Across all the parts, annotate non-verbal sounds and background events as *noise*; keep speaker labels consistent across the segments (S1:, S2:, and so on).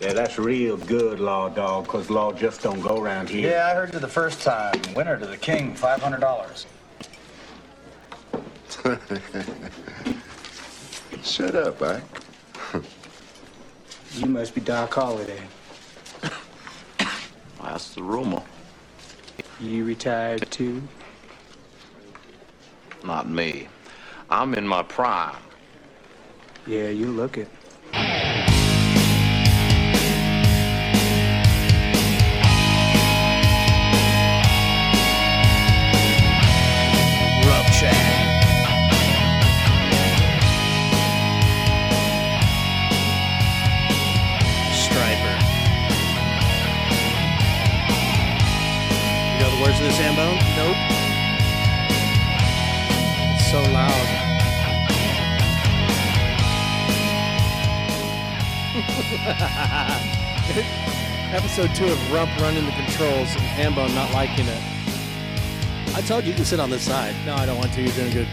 S1: Yeah, that's real good law, dog, because law just don't go around here.
S2: Yeah, I heard you the first time. Winner to the king, $500.
S3: Shut up, Ike.
S4: You must be Doc Holliday.
S5: That's the rumor.
S4: You retired too?
S5: Not me. I'm in my prime.
S4: Yeah, you look it.
S6: Rough Chat. Striper. You know the words of the Zambone?
S7: Nope. It's so loud. Episode two of Rump running the controls and Hambone not liking it. I told you you can sit on this side. No, I don't want to. You're doing good.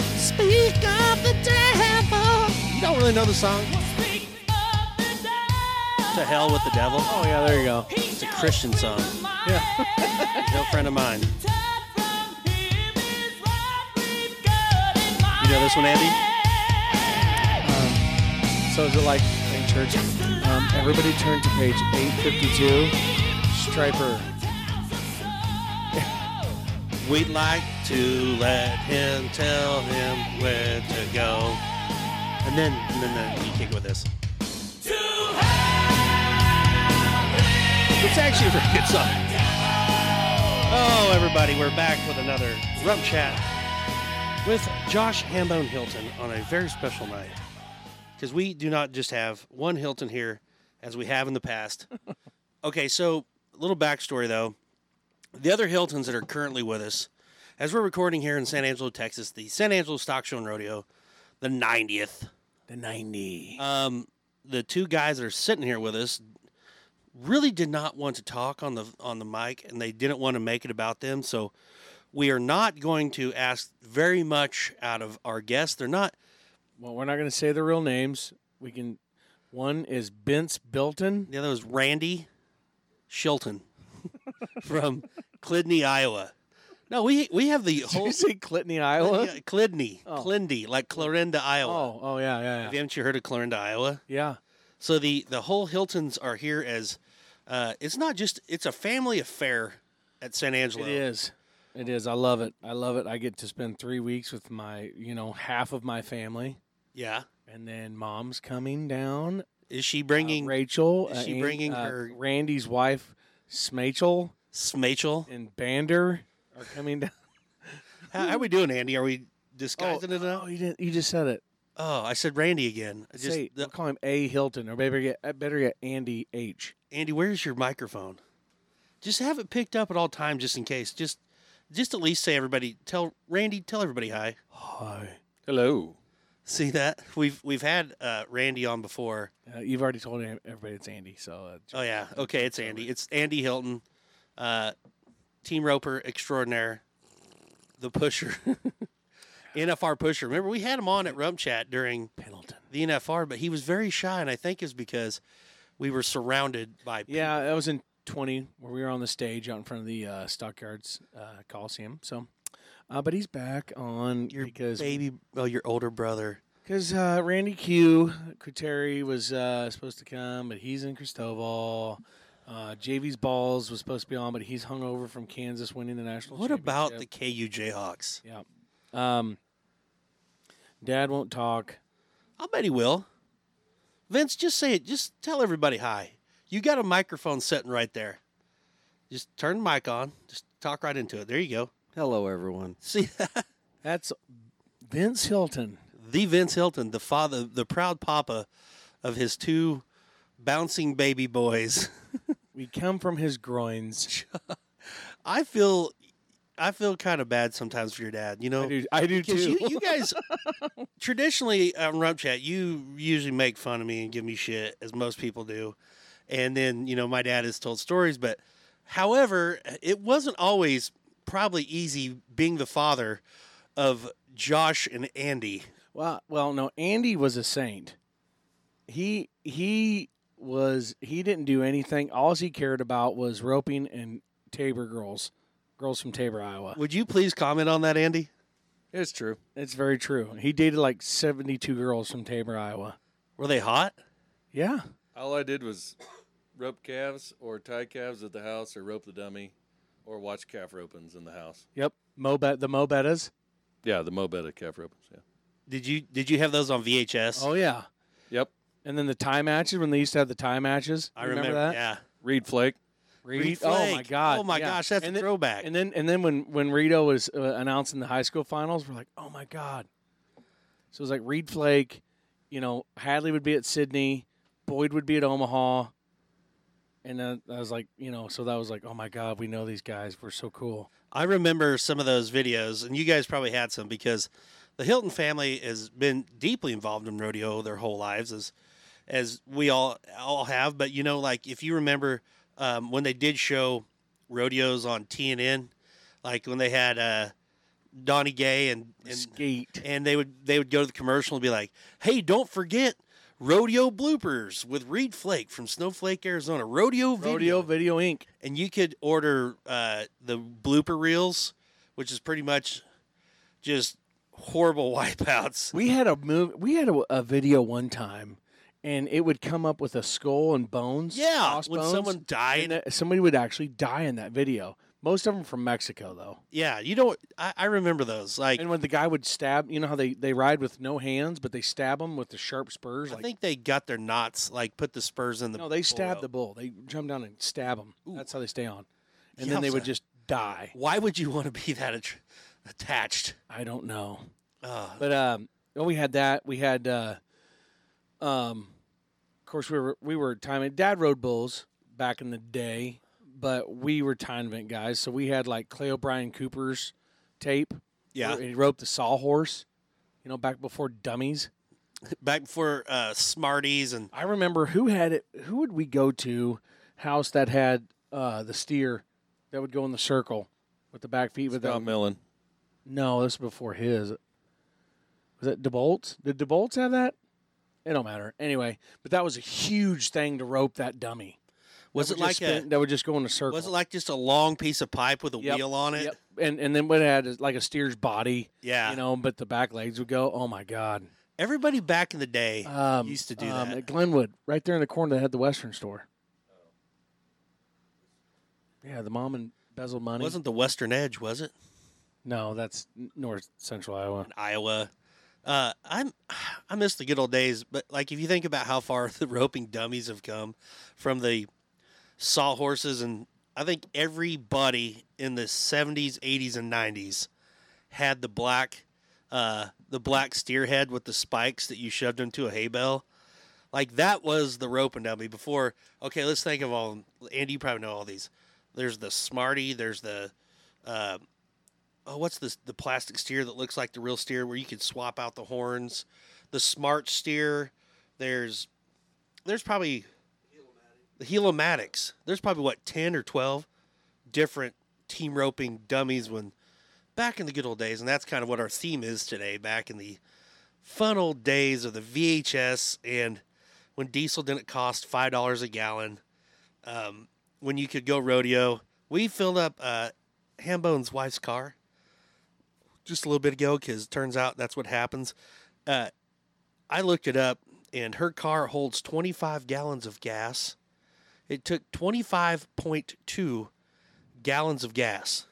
S7: Speak of the devil. You don't really know the song.
S6: To hell with the devil.
S7: Oh yeah, there you go.
S6: It's a Christian song.
S7: Yeah.
S6: No friend of mine.
S8: You
S6: You know this one, Andy?
S7: So is it like in church? Um, everybody turn to page 852. Striper.
S6: We'd like to let him tell him where to go. And then, and then, then you kick it with this. It's actually a very good song. Oh, everybody, we're back with another Rump Chat with Josh Hambone Hilton on a very special night. Because we do not just have one Hilton here as we have in the past. okay, so a little backstory though. The other Hiltons that are currently with us, as we're recording here in San Angelo, Texas, the San Angelo Stock Show and Rodeo, the 90th.
S7: The 90.
S6: Um, the two guys that are sitting here with us really did not want to talk on the on the mic, and they didn't want to make it about them. So we are not going to ask very much out of our guests. They're not.
S7: well, we're not going to say the real names. We can. One is Bence Bilton.
S6: *laughs* The other was Randy Shilton *laughs* from Clidney, Iowa. No, we we
S7: *laughs*
S6: have the
S7: Did
S6: whole
S7: you say Clintney, Iowa?
S6: Yeah, Clidney,
S7: Oh.
S6: Clidney, like Clarinda, Iowa.
S7: *laughs* Oh, oh yeah, yeah,
S6: Have
S7: yeah.
S6: you- Haven't you heard of Clarinda, Iowa?
S7: Yeah.
S6: So the the whole Hiltons are here as uh, it's not just it's a family affair at San Angelo.
S7: It is. It is. I love it. I love it. I get to spend three weeks with my, you know, half of my family,
S6: Yeah.
S7: and then mom's coming down.
S6: Is she
S7: Uh,
S6: bringing
S7: Rachel.
S6: is
S7: uh,
S6: she
S7: Aunt-
S6: bringing
S7: uh,
S6: her-
S7: Randy's wife, Smachel,
S6: Smachel?
S7: and Bander are coming down.
S6: How, how are we doing, Andy? Are we disguising it
S7: Oh,
S6: now?
S7: you didn't. You just said it.
S6: Oh, I said Randy again. I Just
S7: Say,
S6: the-
S7: we'll call him A Hilton, or better get uh, better get Andy H.
S6: Andy, where's your microphone? Just have it picked up at all times, just in case. Just, just at least say everybody. Tell Randy. Tell everybody hi.
S7: Hi. Hello.
S6: See that we've we've had uh, Randy on before.
S7: Uh, you've already told em- everybody it's Andy, so uh,
S6: Oh yeah. Okay, it's Andy. It's Andy Hilton, uh, team roper extraordinaire, the pusher, *laughs* NFR pusher. Remember we had him on at Rump Chat during
S7: Pendleton.
S6: the NFR, but he was very shy, and I think it's because we were surrounded by
S7: Yeah, that was in 20 where we were on the stage out in front of the uh, Stockyards uh, Coliseum. So, uh, but he's back on
S6: your
S7: because
S6: baby, oh, your older brother.
S7: because uh, Randy Q Kuteri was uh, supposed to come, but he's in Cristobal. Uh, JV's balls was supposed to be on, but he's hung over from Kansas winning the national.
S6: What about the
S7: championship.
S6: KU Jayhawks?
S7: Yeah. Um, Dad won't talk.
S6: I'll bet he will. Vince, just say it. Just tell everybody hi. You got a microphone sitting right there. Just turn the mic on. Just talk right into it. There you go.
S9: Hello, everyone.
S6: See, *laughs*
S7: That's Vince Hilton.
S6: the Vince Hilton, the father, the proud papa of his two bouncing baby boys. *laughs*
S7: We come from his groins.
S6: I feel, I feel kind of bad sometimes for your dad. You know,
S9: Oh.
S7: I do, I do
S6: Because
S7: too. *laughs*
S6: you, you guys traditionally on Rump Chat, you usually make fun of me and give me shit, as most people do. And then, you know, my dad has told stories, but however, it wasn't always probably easy being the father of Josh and Andy.
S7: Well, well, no. Andy was a saint. He he was he didn't do anything. All he cared about was roping and Tabor girls, girls from Tabor, Iowa.
S6: Would you please comment on that, Andy?
S7: It's true. It's very true. He dated like 72 girls from Tabor, Iowa.
S6: Were they hot?
S7: Yeah.
S10: All I did was rope calves or tie calves at the house or rope the dummy or watch calf ropings in the house.
S7: Yep. Mobet the Mobetas.
S10: Yeah, the Mobetta calf ropings. Yeah.
S6: Did you did you have those on VHS?
S7: Oh yeah.
S10: Yep.
S7: And then the tie matches when they used to have the tie matches.
S6: I remember,
S7: that.
S6: Yeah.
S10: Reed Flake.
S7: Reed-
S6: Reed
S7: oh my
S6: Flake.
S7: god.
S6: Oh my
S7: yeah.
S6: gosh, that's
S7: and
S6: a
S7: then-
S6: throwback.
S7: And then and then when when Rito was uh, announcing the high school finals, we're like, oh my god. So it was like Reed Flake, you know, Hadley would be at Sydney, Boyd would be at Omaha, and then I was like, you know, so that was like, oh my god, we know these guys, we're so cool.
S6: I remember some of those videos, and you guys probably had some because the Hilton family has been deeply involved in rodeo their whole lives, as as we all all have. But you know, like if you remember um, when they did show rodeos on TNN, like when they had uh, Donnie Gay and, and
S7: Skate.
S6: and they would they would go to the commercial and be like, "Hey, don't forget." Rodeo bloopers with Reed Flake from Snowflake, Arizona. Rodeo video
S7: Rodeo Video Inc.
S6: and you could order uh, the blooper reels, which is pretty much just horrible *laughs* wipeouts.
S7: We had a move. We had a, a video one time, and it would come up with a skull and bones.
S6: Yeah,
S7: cross
S6: when
S7: bones,
S6: someone died.
S7: and that- somebody would actually die in that video. Most of them from Mexico, though.
S6: Yeah, you know, I, I remember those. Like,
S7: And when the guy would stab, you know how they, they ride with no hands, but they stab them with the sharp spurs.
S6: I
S7: Like,
S6: think they got their knots, like put the spurs in the.
S7: no, they stab
S6: out.
S7: the bull. They jump down and stab him. That's how they stay on. And then they
S6: Yowza.
S7: would just die.
S6: Why would you want to be that att- attached?
S7: I don't know.
S6: Uh,
S7: But um, well, we had that. We had, uh, um, of course, we were we were time event. Dad rode bulls back in the day, but we were time event guys. So we had like Clay O'Brien Cooper's tape.
S6: Yeah.
S7: where he roped the sawhorse. You know, back before dummies.
S6: back before uh, Smarties and
S7: I remember who had it. Who would we go to house that had uh, the steer that would go in the circle with the back feet? With
S10: Scott
S7: the,
S10: Millen.
S7: no, this was before his. Was that DeBolt's? Did DeBolt's have that? It don't matter anyway. But that was a huge thing to rope that dummy.
S6: was
S7: That would
S6: it like
S7: just spin-
S6: a
S7: that would just go in a circle?
S6: was it like just a long piece of pipe with a
S7: Yep,
S6: wheel on it?
S7: Yep. And and then what it had is like a steer's body.
S6: Yeah.
S7: You know, but the back legs would go. Oh my god.
S6: Everybody back in the day
S7: Um,
S6: used to do
S7: um,
S6: that.
S7: at Glenwood, right there in the corner that had the Western store. Yeah, the mom and embezzled money.
S6: Wasn't the Western Edge? Was it?
S7: no, that's n- North Central Iowa.
S6: Iowa. Uh, I'm *sighs* I miss the good old days, but like if you think about how far *laughs* the roping dummies have come from the sawhorses, and I think everybody in the 70s, 80s, and 90s had the black uh, the black steer head with the spikes that you shoved into a hay bale. Like that was the roping dummy before. Okay, let's think of all. Andy, you probably know all these. There's the Smarty. There's the uh, oh, what's this? The plastic steer that looks like the real steer, where you could swap out the horns. The smart steer. There's, there's probably the helomatics. There's probably what ten or twelve different team roping dummies when back in the good old days, and that's kind of what our theme is today. Back in the fun old days of the VHS and when diesel didn't cost five dollars a gallon. Um, when you could go rodeo, we filled up uh, Hambone's wife's car just a little bit ago because turns out that's what happens. Uh, I looked it up, and her car holds 25 gallons of gas. It took 25.2 gallons of gas.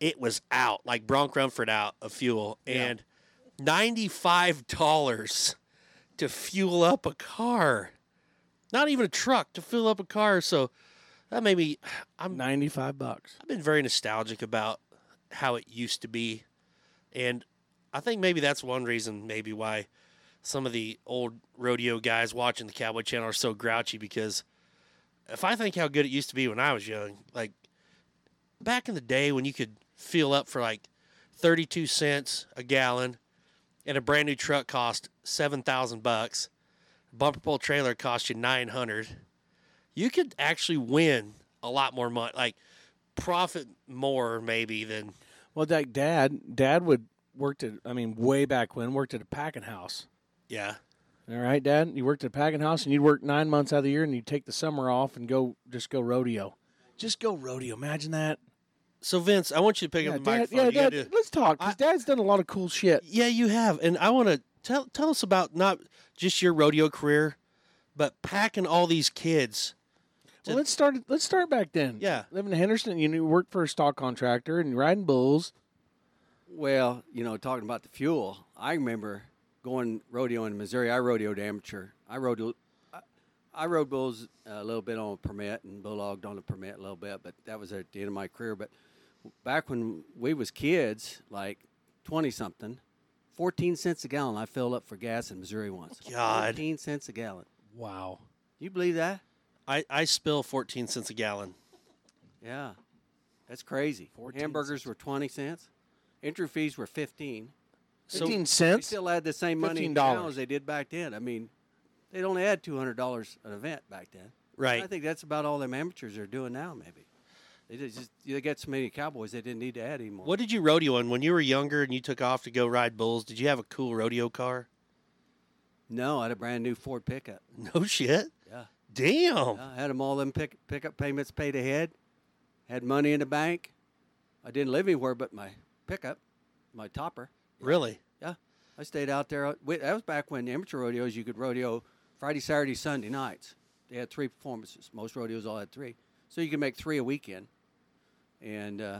S6: It was out, like Bronk Rumford out of fuel, and $95 to fuel up a car. Not even a truck to fill up a car. So that made me, I'm
S7: Ninety-five bucks.
S6: I've been very nostalgic about how it used to be. And I think maybe that's one reason, maybe, why some of the old rodeo guys watching the Cowboy Channel are so grouchy. Because if I think how good it used to be when I was young, like back in the day when you could fill up for like 32 cents a gallon and a brand new truck cost 7,000 bucks, bumper pole trailer cost you 900, you could actually win a lot more money. Like, profit more maybe than
S7: Well, that dad, dad would worked at. I mean, way back when worked at a packing house.
S6: yeah
S7: All right, Dad. You worked at a packing house, and you'd work nine months out of the year, and you'd take the summer off and go just go rodeo. Just go rodeo. Imagine that.
S6: So Vince, I want you to pick
S7: Yeah,
S6: up the
S7: Dad.
S6: microphone.
S7: Yeah,
S6: You gotta
S7: Dad.
S6: do-
S7: Let's talk. Cause Dad's done a lot of cool shit.
S6: Yeah, you have, and I want to tell tell us about not just your rodeo career, but packing all these kids.
S7: Well, let's start. Let's start back then.
S6: Yeah.
S7: living in Henderson, you knew- worked for a stock contractor and riding bulls.
S10: Well, you know, talking about the fuel, I remember going rodeo in Missouri. I rodeoed amateur. I rode, I- I rode bulls uh, a little bit on a permit and bulldogged on a permit a little bit, but that was at the end of my career. But back when we was kids, like twenty something, fourteen cents a gallon, I filled up for gas in Missouri once.
S6: God.
S10: fourteen cents a gallon.
S7: Wow.
S10: You believe that?
S6: I, I spill fourteen cents a gallon.
S10: Yeah, that's crazy.
S7: 14
S10: Hamburgers were twenty cents. Entry fees were fifteen.
S6: So-
S7: Fifteen
S10: They
S7: cents.
S10: still had the same money now
S7: $15.
S10: as they did back then. I mean, they'd only had two hundred dollars an event back then.
S6: Right.
S10: I think that's about all them amateurs are doing now. Maybe they did just they got so many cowboys they didn't need to add anymore.
S6: What did you rodeo on when you were younger and you took off to go ride bulls? Did you have a cool rodeo car? *laughs*
S10: No, I had a brand new Ford pickup.
S6: No shit.
S10: Yeah.
S6: Damn.
S10: I had them all them pick, pickup payments paid ahead. Had money in the bank. I didn't live anywhere but my pickup, my topper.
S6: Really? *laughs*
S10: Yeah, I stayed out there. Wait, that was back when amateur rodeos you could rodeo Friday, Saturday, Sunday nights. They had three performances. Most rodeos all had three, so you could make three a weekend. And uh,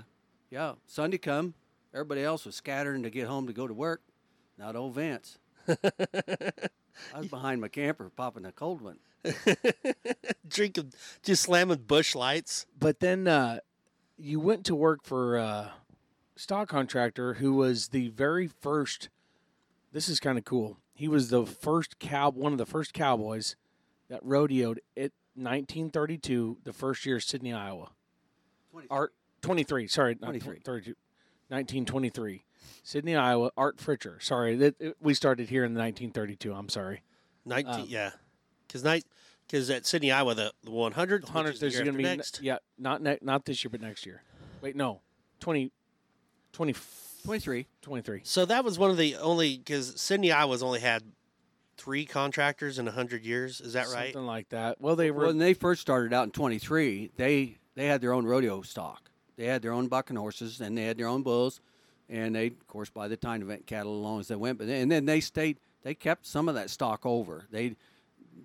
S10: yeah, Sunday come, everybody else was scattering to get home to go to work. Not old Vince. I was behind my camper popping a cold one.
S6: Drinking, just slamming bush lights.
S7: But then uh, you went to work for a stock contractor who was the very first. This is kind of cool. He was the first cow, one of the first cowboys that rodeoed at 1932, the first year Sydney, Iowa. Art 23, sorry, not
S10: 23.
S7: 32, 1923, Sydney, Iowa. Art Fritcher. Sorry, that it- we started here in 1932. I'm sorry.
S6: Nineteen. yeah. Because night. Because at Sydney, Iowa, the the one hundred.
S7: 100th is going to be ne-
S6: next.
S7: yeah, not ne- not this year, but next year. Wait, no, 20, 20
S10: Twenty-three.
S7: 23.
S6: So that was one of the only because Sydney, Iowa's only had three contractors in hundred years. Is that right?
S7: Something like that. Well, they were.
S10: When they first started out in 23, they they had their own rodeo stock. They had their own bucking horses and they had their own bulls, and they of course by the time event cattle along as they went. But then, and then they stayed. They kept some of that stock over. They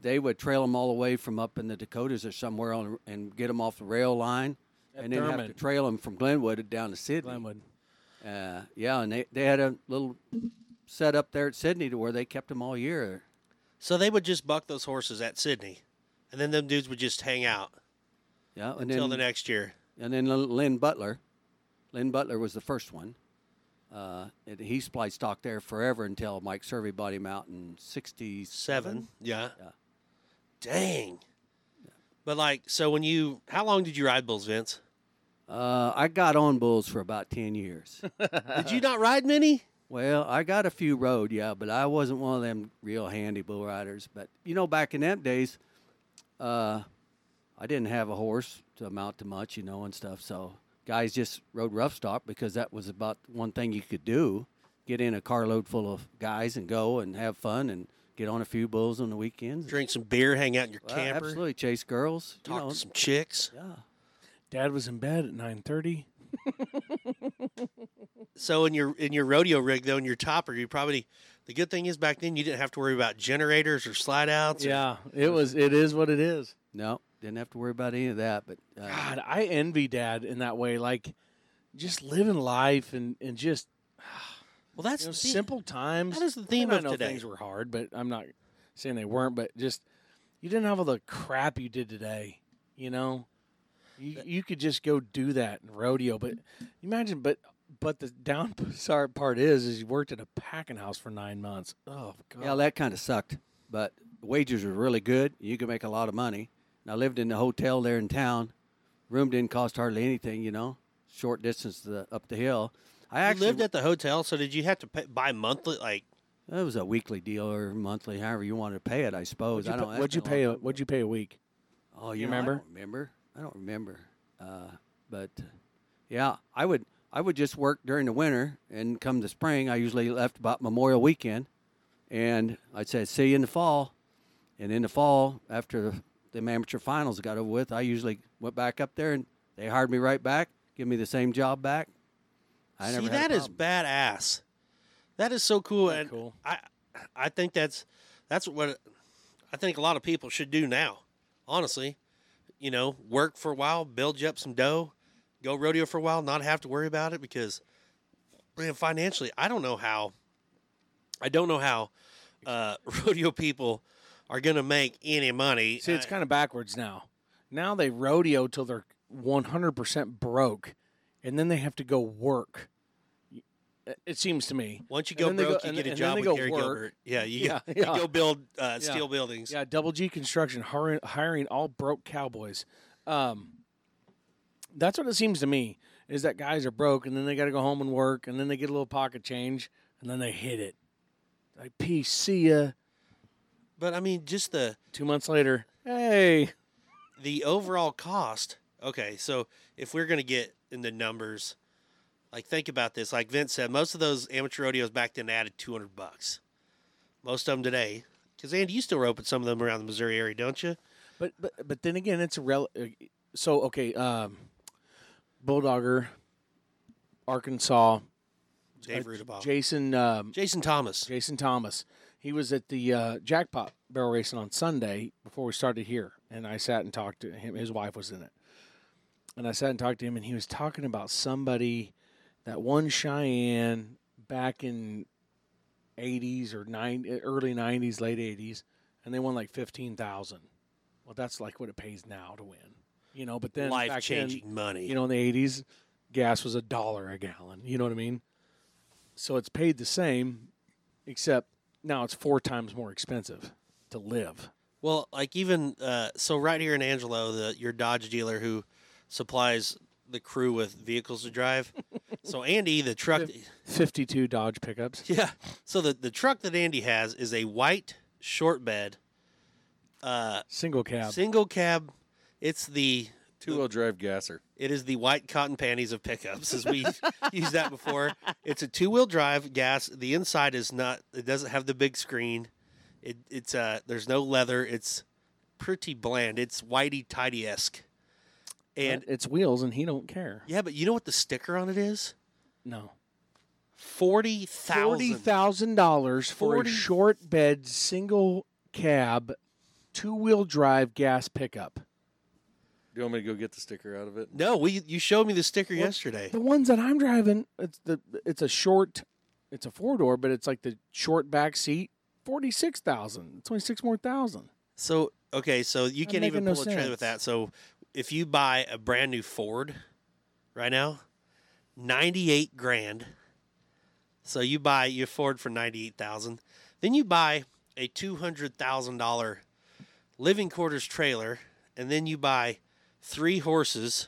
S10: they would trail them all the way from up in the Dakotas or somewhere on and get them off the rail line, and then have to
S7: Thurman.
S10: trail them from Glenwood down to Sydney.
S7: Glenwood.
S10: Uh, yeah, and they, they had a little set up there at Sydney to where they kept them all year.
S6: So they would just buck those horses at Sydney, and then them dudes would just hang out
S10: Yeah, and
S6: until
S10: then,
S6: the next year.
S10: And then Lin- Lynn Butler. Lynn Butler was the first one. Uh, and he supplied stock there forever until Mike Survey bought him out in 67.
S6: Seven. Yeah. Dang. But like, so when you, how long did you ride bulls, Vince?
S10: Uh, I got on bulls for about 10 years.
S6: Did you not ride many?
S10: well, I got a few road, yeah, but I wasn't one of them real handy bull riders. But, you know, back in them days, uh, I didn't have a horse to amount to much, you know, and stuff. So guys just rode rough stock because that was about one thing you could do: get in a carload full of guys and go and have fun and get on a few bulls on the weekends.
S6: Drink some beer, hang out in your
S10: Well,
S6: camper,
S10: absolutely, chase girls. you
S6: talk
S10: know.
S6: to some chicks.
S10: yeah.
S7: Dad was in bed at 9:30.
S6: So in your in your rodeo rig though, in your topper, you probably the good thing is back then you didn't have to worry about generators or slide outs. or-
S7: Yeah, it was. It is what it is.
S10: No, didn't have to worry about any of that. But uh,
S7: God, I envy Dad in that way. Like, just living life and and just
S6: well, that's
S7: you know,
S6: the-
S7: simple times.
S6: that is the theme
S7: And I
S6: of
S7: know
S6: today.
S7: Things were hard, but I'm not saying they weren't. But just you didn't have all the crap you did today. You know, you, you could just go do that in rodeo. But imagine, but but the down *laughs* sorry part is is you worked at a packing house for nine months. Oh God.
S10: yeah, that kind of sucked. But the wages were really good. You could make a lot of money. And I lived in the hotel there in town. Room didn't cost hardly anything, you know. Short distance to the, up the hill. I
S6: You
S10: actually
S6: lived at the hotel, so did you have to pay, buy monthly? Like,
S10: It was a weekly deal or monthly, however you wanted to pay it. I
S7: What'd
S10: suppose.
S7: you,
S10: I
S7: pa-
S10: don't. that's
S7: what'd you
S10: been
S7: pay?
S10: a
S7: A,
S10: long-
S7: what'd you pay a week?
S10: Oh, you, know,
S7: remember?
S10: I don't remember. I don't remember. Uh, but uh, yeah, I would. I would just work during the winter, and come the spring, I usually left about Memorial Weekend, And I said, see you in the fall. And in the fall, after the, the amateur finals got over with, I usually went back up there and they hired me right back, give me the same job back. I never
S6: See, that
S10: had a
S6: is
S10: problem.
S6: badass. That is so cool. and
S11: cool?
S6: I, I think that's that's what I think a lot of people should do now. Honestly, you know, work for a while, build you up some dough, go rodeo for a while, not have to worry about it because, man, financially, I don't know how. I don't know how uh, *laughs* rodeo people are going to make any money.
S7: See, it's kind of backwards now. Now they rodeo till they're 100% broke, and then they have to go work. It- It seems to me.
S6: Once you
S7: And
S6: go
S7: then they
S6: broke,
S7: go-
S6: you
S7: and
S6: get a
S7: then- and then
S6: job
S7: they
S6: with
S7: go
S6: Gary
S7: work.
S6: Gilbert. Yeah, you,
S7: Yeah,
S6: go-
S7: *laughs* yeah.
S6: you go build uh, steel buildings.
S7: Yeah, Double G Construction hiring, hiring all broke cowboys. Um, that's what it seems to me is that guys are broke, and then they got to go home and work, and then they get a little pocket change, and then they hit it. Like, peace, see ya.
S6: But I mean, just the
S7: Two months later, hey,
S6: the overall cost. Okay, so if we're going to get in the numbers, like think about this. Like Vince said, most of those amateur rodeos back then added 200 bucks. Most of them today, because Andy, you still rope at some of them around the Missouri area, don't you?
S7: But but but then again, it's a rel. uh, So okay, um, Bulldogger, Arkansas,
S6: Dave
S7: uh,
S6: Rudabaugh,
S7: Jason um,
S6: Jason Thomas.
S7: Jason Thomas. He was at the uh, jackpot barrel racing on Sunday before we started here, and I sat and talked to him. His wife was in it, and I sat and talked to him, and he was talking about somebody that won Cheyenne back in '80s or nine, early '90s, late '80s, and they won like fifteen thousand. Well, that's like what it pays now to win, you know. But then back then,
S6: Life changing money.
S7: you know, in the eighties, gas was a dollar a gallon. You know what I mean? So it's paid the same, except now it's four times more expensive to live.
S6: Well, like even uh, so, right here in Angelo, the your Dodge dealer who supplies the crew with vehicles to drive. so Andy, the truck.
S7: Fifty-two Dodge pickups.
S6: *laughs* Yeah. So the, the truck that Andy has is a white short bed, uh,
S7: Single cab.
S6: single cab. It's the
S11: Two wheel drive gasser.
S6: it is the white cotton panties of pickups, as we used that before. It's a two wheel drive gas. The inside is not. It doesn't have the big screen. It, it's uh. There's no leather. It's pretty bland. It's whitey tidy esque.
S7: and
S6: And
S7: it's wheels, and he don't care.
S6: yeah, but you know what the sticker on it is?
S7: No.
S6: Forty thousand.
S7: Forty thousand dollars for
S6: Forty-
S7: a short bed, single cab, two-wheel drive gas pickup.
S11: Do you want me to go get the sticker out of it?
S6: No, we you showed me the sticker yesterday.
S7: The ones that I'm driving, it's the it's a short, it's a four door, but it's like the short back seat. Forty six thousand, twenty six more thousand.
S6: So okay, so you
S7: That
S6: can't even
S7: making no
S6: pull a trailer with that.
S7: sense.
S6: So if you buy a brand new Ford right now, ninety eight grand. So you buy your Ford for ninety eight thousand, then you buy a two hundred thousand dollar living quarters trailer, and then you buy three horses,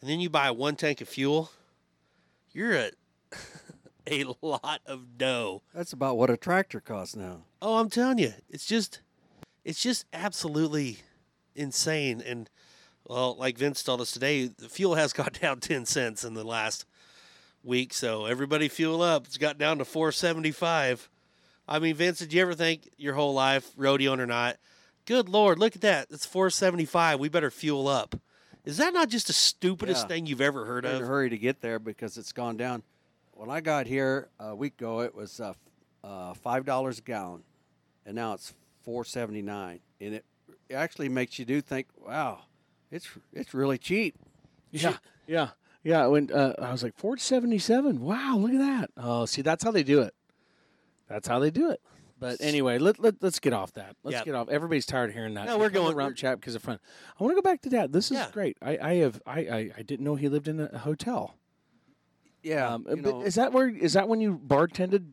S6: and then you buy one tank of fuel. You're at *laughs* a lot of dough.
S10: That's about what a tractor costs now.
S6: Oh, I'm telling you, it's just, it's just absolutely insane. And well, like Vince told us today, the fuel has *laughs* gone down ten cents in the last week. So everybody fuel up. It's got down to four seventy five. I mean, Vince, did you ever think your whole life, rodeoing or not? Good lord, look at that! It's four seventy five. We better fuel up. Is that not just the stupidest
S10: Yeah.
S6: thing you've ever heard
S10: We're in
S6: of?
S10: a hurry to get there because it's gone down. When I got here a week ago, it was uh, f- uh, five dollars a gallon, and now it's four seventy nine, and it actually makes you do think, wow, it's it's really cheap.
S7: Yeah, yeah, yeah. When uh, I was like four seventy seven. Wow, look at that. Oh, see, that's how they do it. That's how they do it. But anyway, let, let us get off that. Let's
S6: Yeah.
S7: get off. Everybody's tired of hearing that.
S6: No, we're
S7: It's on the
S6: going-
S7: rump chat because of fun. I want to go back to dad. This is
S6: Yeah.
S7: great. I, I have I, I I didn't know he lived in a hotel.
S10: Yeah,
S7: Um,
S10: you
S7: but
S10: know,
S7: is that where is that when you bartended?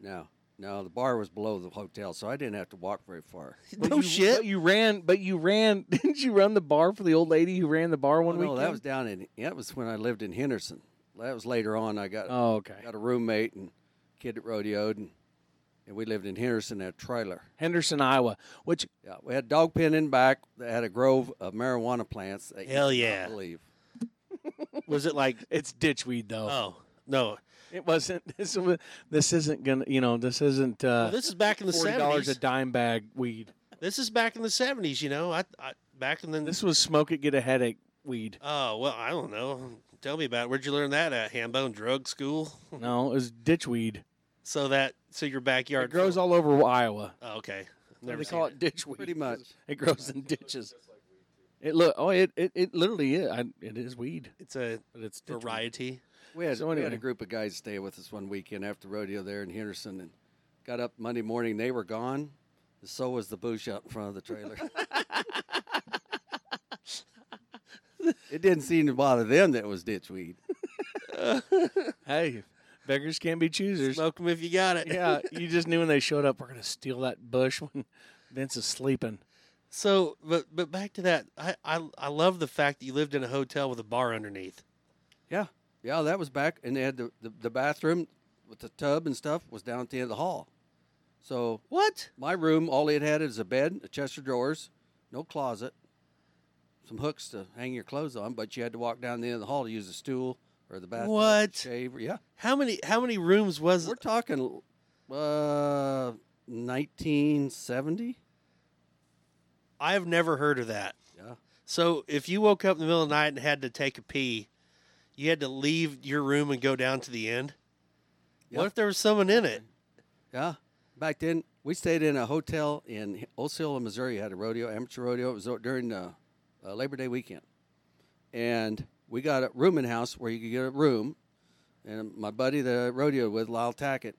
S10: no, no, the bar was below the hotel, so I didn't have to walk very far.
S7: But
S6: *laughs* no
S7: you,
S6: shit.
S7: But
S10: *laughs*
S7: you ran. But you ran. *laughs* Didn't you run the bar for the old lady who ran the bar one
S10: Oh,
S7: week?
S10: no, that was down in that was when I lived in Henderson. That was later on. I got
S7: Oh, okay.
S10: got a roommate and kid that rodeoed, and, and we lived in Henderson at a trailer.
S7: Henderson, Iowa. Which
S10: Yeah, we had dog pen in back that had a grove of marijuana plants. That you
S6: Hell
S10: could not
S6: yeah.
S10: Believe
S6: Was it like
S7: it's ditchweed though.
S6: oh No,
S7: *laughs* It wasn't. This was. This isn't gonna. You know. This isn't. Uh,
S6: this is back in the
S7: forty dollars a
S6: seventies.
S7: dime bag weed.
S6: This is back in the seventies. You know, I, I back in the
S7: This was smoke it, get a headache
S6: *laughs*
S7: weed.
S6: Oh well, I don't know. Tell me about it. where'd you learn that at Hambone Drug School? *laughs*
S7: No, it was ditch weed.
S6: So that so your backyard
S7: It grows all over Iowa.
S6: Oh, okay,
S7: They
S6: never seen
S7: call it ditch weed.
S10: Pretty much.
S7: It grows in ditches. It look. Oh, it it, it literally is. I, it is weed,
S6: It's a
S7: but it's ditch weed.
S6: variety.
S10: We had,
S7: So
S10: we had
S7: anyway.
S10: a group of guys stay with us one weekend after rodeo there in Henderson and got up Monday morning. They were gone. So was the bush out in front of
S7: *laughs*
S10: the trailer. it didn't seem to bother them that it was ditchweed.
S7: Hey, beggars can't be choosers.
S6: Smoke 'em if you got
S7: *laughs*
S6: it.
S7: Yeah, you just knew when they showed up. We're gonna steal that bush when *laughs* Vince is sleeping.
S6: So, but but back to that. I, I I love the fact that you lived in a hotel with a bar underneath.
S10: Yeah. Yeah, that was back. And they had the, the, the bathroom with the tub and stuff was down at the end of the hall. So
S6: What?
S10: my room, all it had is a bed, a chest of drawers, no closet, some hooks to hang your clothes on, but you had to walk down the end of the hall to use a stool or the bathroom.
S6: What?
S10: Shave. Yeah.
S6: How many how many rooms was?
S10: We're talking uh, 1970.
S6: I've never heard of that.
S10: Yeah.
S6: So if you woke up in the middle of the night and had to take a pee, you had to leave your room and go down to the end. What
S10: Yeah.
S6: if there was someone in it?
S10: Yeah. Back then, we stayed in a hotel in H- Osceola, Missouri. Had a rodeo, amateur rodeo. It was o- during uh, uh, Labor Day weekend, and we got a rooming house where you could get a room. And my buddy that I rodeoed with, Lyle Tackett,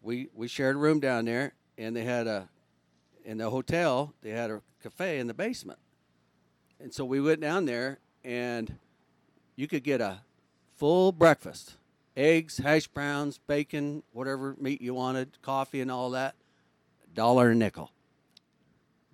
S10: we we shared a room down there, and they had a in the hotel they had a cafe in the basement, and so we went down there, and you could get a full breakfast eggs hash browns bacon whatever meat you wanted coffee and all that dollar a nickel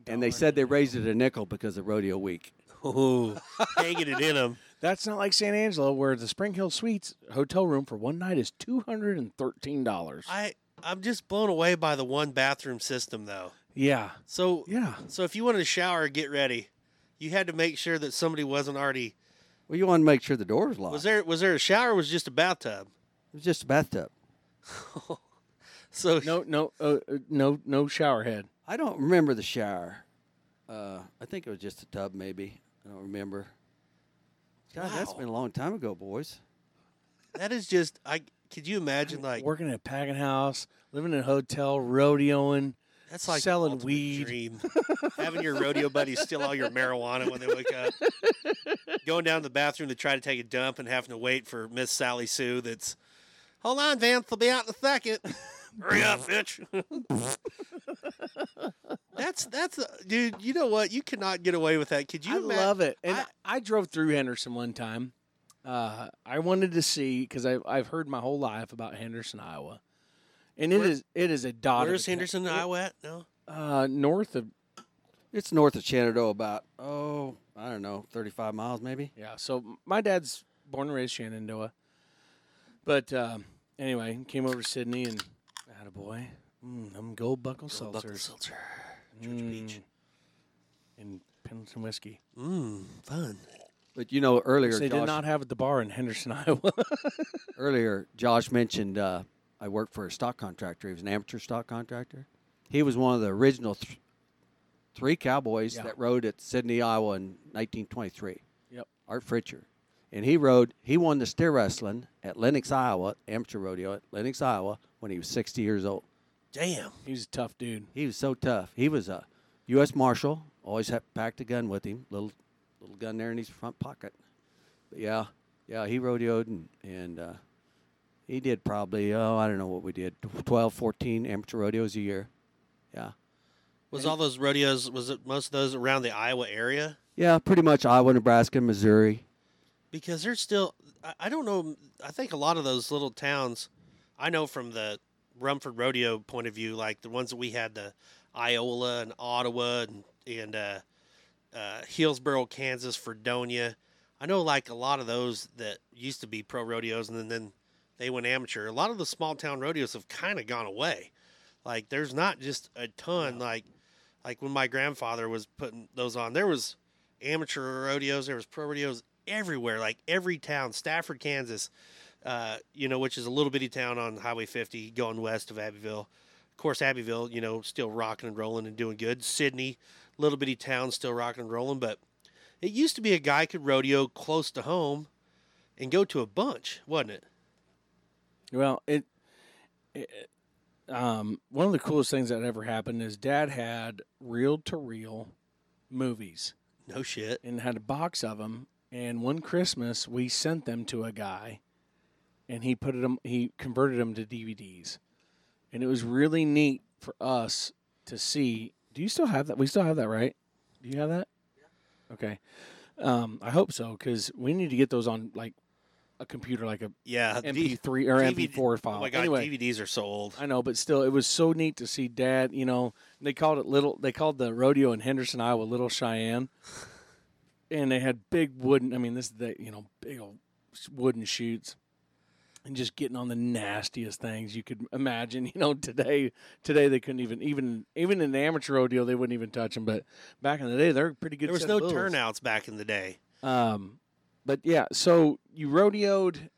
S10: and they said they raised it a nickel because of rodeo week
S6: Oh, *laughs* hanging it in them.
S7: That's not like San Angelo, where the Spring Hill Suites hotel room for one night is two hundred and thirteen dollars.
S6: I I'm just blown away by the one bathroom system though.
S7: Yeah,
S6: So
S7: yeah.
S6: so if you wanted to shower, get ready. You had to make sure that somebody wasn't already.
S10: well you want to make sure the door was locked
S6: Was there was there a shower? Or was it just a bathtub?
S10: it was just a bathtub
S6: So
S7: No, no, uh, uh, no, no shower head.
S10: i don't remember the shower uh, i think it was just a tub maybe i don't remember god that's
S6: Wow.
S10: been a long time ago boys
S6: *laughs* that is just I. Could you imagine like
S7: Working at a packing house, living in a hotel, rodeoing.
S6: that's like the
S7: selling
S6: ultimate
S7: weed. *laughs*
S6: Dream. Having your rodeo buddies steal all your marijuana when they wake up. Going down to the bathroom to try to take a dump and having to wait for Miss Sally Sue. That's hold on, Vance. They'll be out in a
S7: *laughs*
S6: second. Hurry up, bitch. that's that's a, dude. You know what? You cannot get away with that. Could you?
S7: I
S6: ima-
S7: love it. And I,
S6: I-
S7: drove through Henderson one time. Uh, I wanted to see because I've I've heard my whole life about Henderson, Iowa, and it is
S6: Where-
S7: it is a dot. of
S6: Where's
S7: a town.
S6: Henderson, Iowa? At? No.
S7: Uh, north of
S10: it's north of shenandoah about oh i don't know 35 miles maybe
S7: Yeah. So my dad's born and raised Shenandoah, but um, anyway, came over to Sydney and had a boy. Mm, them gold buckle seltzers.
S6: Seltzer.
S7: Mm,
S6: Peach.
S7: And Pendleton whiskey.
S6: Mmm, fun.
S10: but you know earlier
S7: Which they did
S10: Josh-
S7: not have at the bar in Henderson, *laughs* Iowa.
S10: earlier, Josh mentioned uh, I worked for a stock contractor. He was an amateur stock contractor. He was one of the original th- three cowboys that rode at Sydney, Iowa in 1923.
S7: Yep.
S10: Art Fritcher. And he rode, he won the steer wrestling at Lenox, Iowa, amateur rodeo at Lenox, Iowa, when he was 60 years old.
S6: Damn.
S7: he was a tough dude.
S10: He was so tough. He was a U.S. Marshal. Always had packed a gun with him. Little little gun there in his front pocket. But yeah, yeah, he rodeoed and, and uh, he did probably, oh, I don't know what we did, 12, 14 amateur rodeos a year. Yeah.
S6: Was all those rodeos? Was it most of those around the Iowa area?
S10: Yeah, pretty much Iowa, Nebraska, Missouri.
S6: because there's still I, I don't know i think a lot of those little towns i know from the rumford rodeo point of view like the ones that we had the iola and ottawa and, and uh, uh, hillsboro kansas fredonia i know like a lot of those that used to be pro rodeos and then, then they went amateur a lot of the small town rodeos have kind of gone away like there's not just a ton like like when my grandfather was putting those on there was amateur rodeos there was pro rodeos everywhere like every town stafford kansas uh, you know, which is a little bitty town on Highway 50 going west of Abbeville. Of course, Abbeville, you know, still rocking and rolling and doing good. Sydney, little bitty town, still rocking and rolling. But it used to be a guy could rodeo close to home and go to a bunch, wasn't it?
S7: Well, it, it- um, one of the coolest things that ever happened is Dad had reel to reel movies
S6: No shit.
S7: and had a box of them. And one Christmas, we sent them to a guy, and he put them. He converted them to DVDs, and it was really neat for us to see. Do you still have that? We still have that, right? Do you have that? Okay. Um, I hope so because we need to get those on like a computer, like a
S6: Yeah. D-
S7: MP3 or
S6: DVD
S7: MP4 file.
S6: Oh my God,
S7: anyway,
S6: DVDs are sold.
S7: I know, but still, it was so neat to see Dad. You know, they called it little. They called the rodeo in Henderson, Iowa, Little Cheyenne, and they had big wooden. I mean, this they you know big old wooden shoots, and just getting on the nastiest things you could imagine. *laughs* You know, today today they couldn't even even even in the amateur rodeo they wouldn't even touch them. But back in the day, they're pretty good.
S6: There was
S7: set of
S6: no
S7: bulls.
S6: turnouts back in the day.
S7: Um, but yeah, so you rodeoed,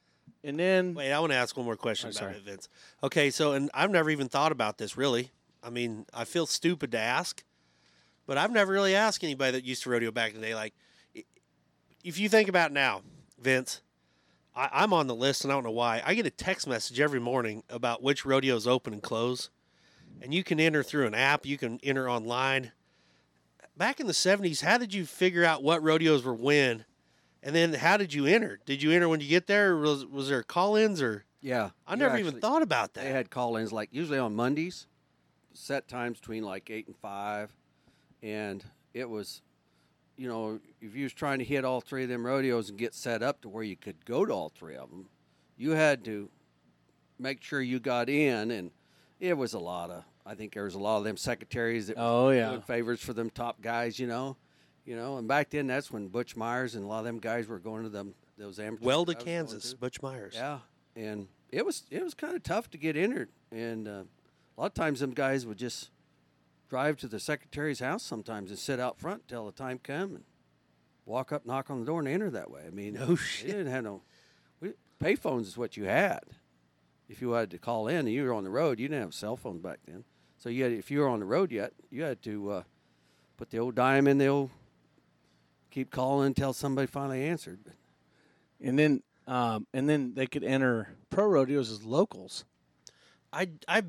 S7: and then
S6: Wait, I want to ask one more question
S7: Oh,
S6: about
S7: sorry.
S6: it, Vince. Okay, so and I've never even thought about this really. I mean, I feel stupid to ask, but I've never really asked anybody that used to rodeo back in the day. Like, i- if you think about now, Vince, I, I'm on the list, and I don't know why. I get a text message every morning about which rodeos open and close, and you can enter through an app. You can enter online. Back in the '70s, how did you figure out what rodeos were when? And then, how did you enter? Did you enter when you get there? Or was was there call-ins or?
S10: Yeah.
S6: I
S10: you
S6: never even
S10: actually-
S6: thought about that.
S10: They had call-ins like usually on Mondays, set times between like eight and five, and it was, you know, if you was trying to hit all three of them rodeos and get set up to where you could go to all three of them, you had to make sure you got in, and it was a lot of. I think there was a lot of them secretaries that was
S7: Oh, yeah.
S10: doing favors for them top guys, you know, you know, and back then that's when Butch Myers and a lot of them guys were going to them those amateur.
S6: Welda,
S10: I was going
S6: Kansas,
S10: to.
S6: Butch Myers.
S10: Yeah, and it was it was kind of tough to get entered, and uh, a lot of times them guys would just drive to the secretary's house sometimes and sit out front till the time come and walk up, knock on the door, and enter that way. I mean,
S6: No shit.
S10: They didn't have no we, pay phones is what you had. If you had to call in and you were on the road, you didn't have cell phones back then. So you had, if you were on the road yet, you had to uh, put the old dime in the old, keep calling until somebody finally answered. But
S7: and then um, and then they could enter pro rodeos as locals.
S6: I, I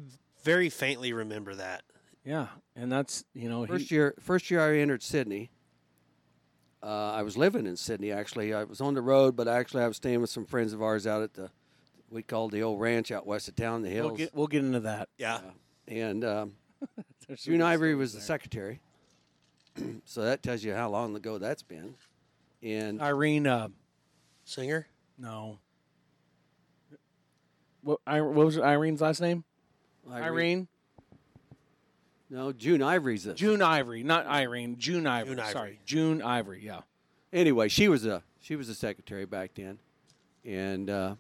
S6: very faintly remember that.
S7: Yeah, and that's you know
S10: First
S7: he,
S10: year, first year I entered Sydney. Uh, I was living in Sydney actually. I was on the road, but actually I was staying with some friends of ours out at the we called the old ranch out west of town, the
S7: we'll
S10: hills.
S7: get we'll get into that.
S6: Yeah.
S10: and um, June Ivory was the secretary, *clears throat* so that tells you how long ago that's been. And
S7: Irene, uh,
S6: Singer?
S7: no. What, I, what was Irene's last name? Irene.
S10: no, June Ivory's the
S7: June Ivory, not Irene. June Ivory.
S6: June Ivory.
S7: Sorry, June Ivory. Yeah.
S10: anyway, she was a she was a secretary back then, and uh,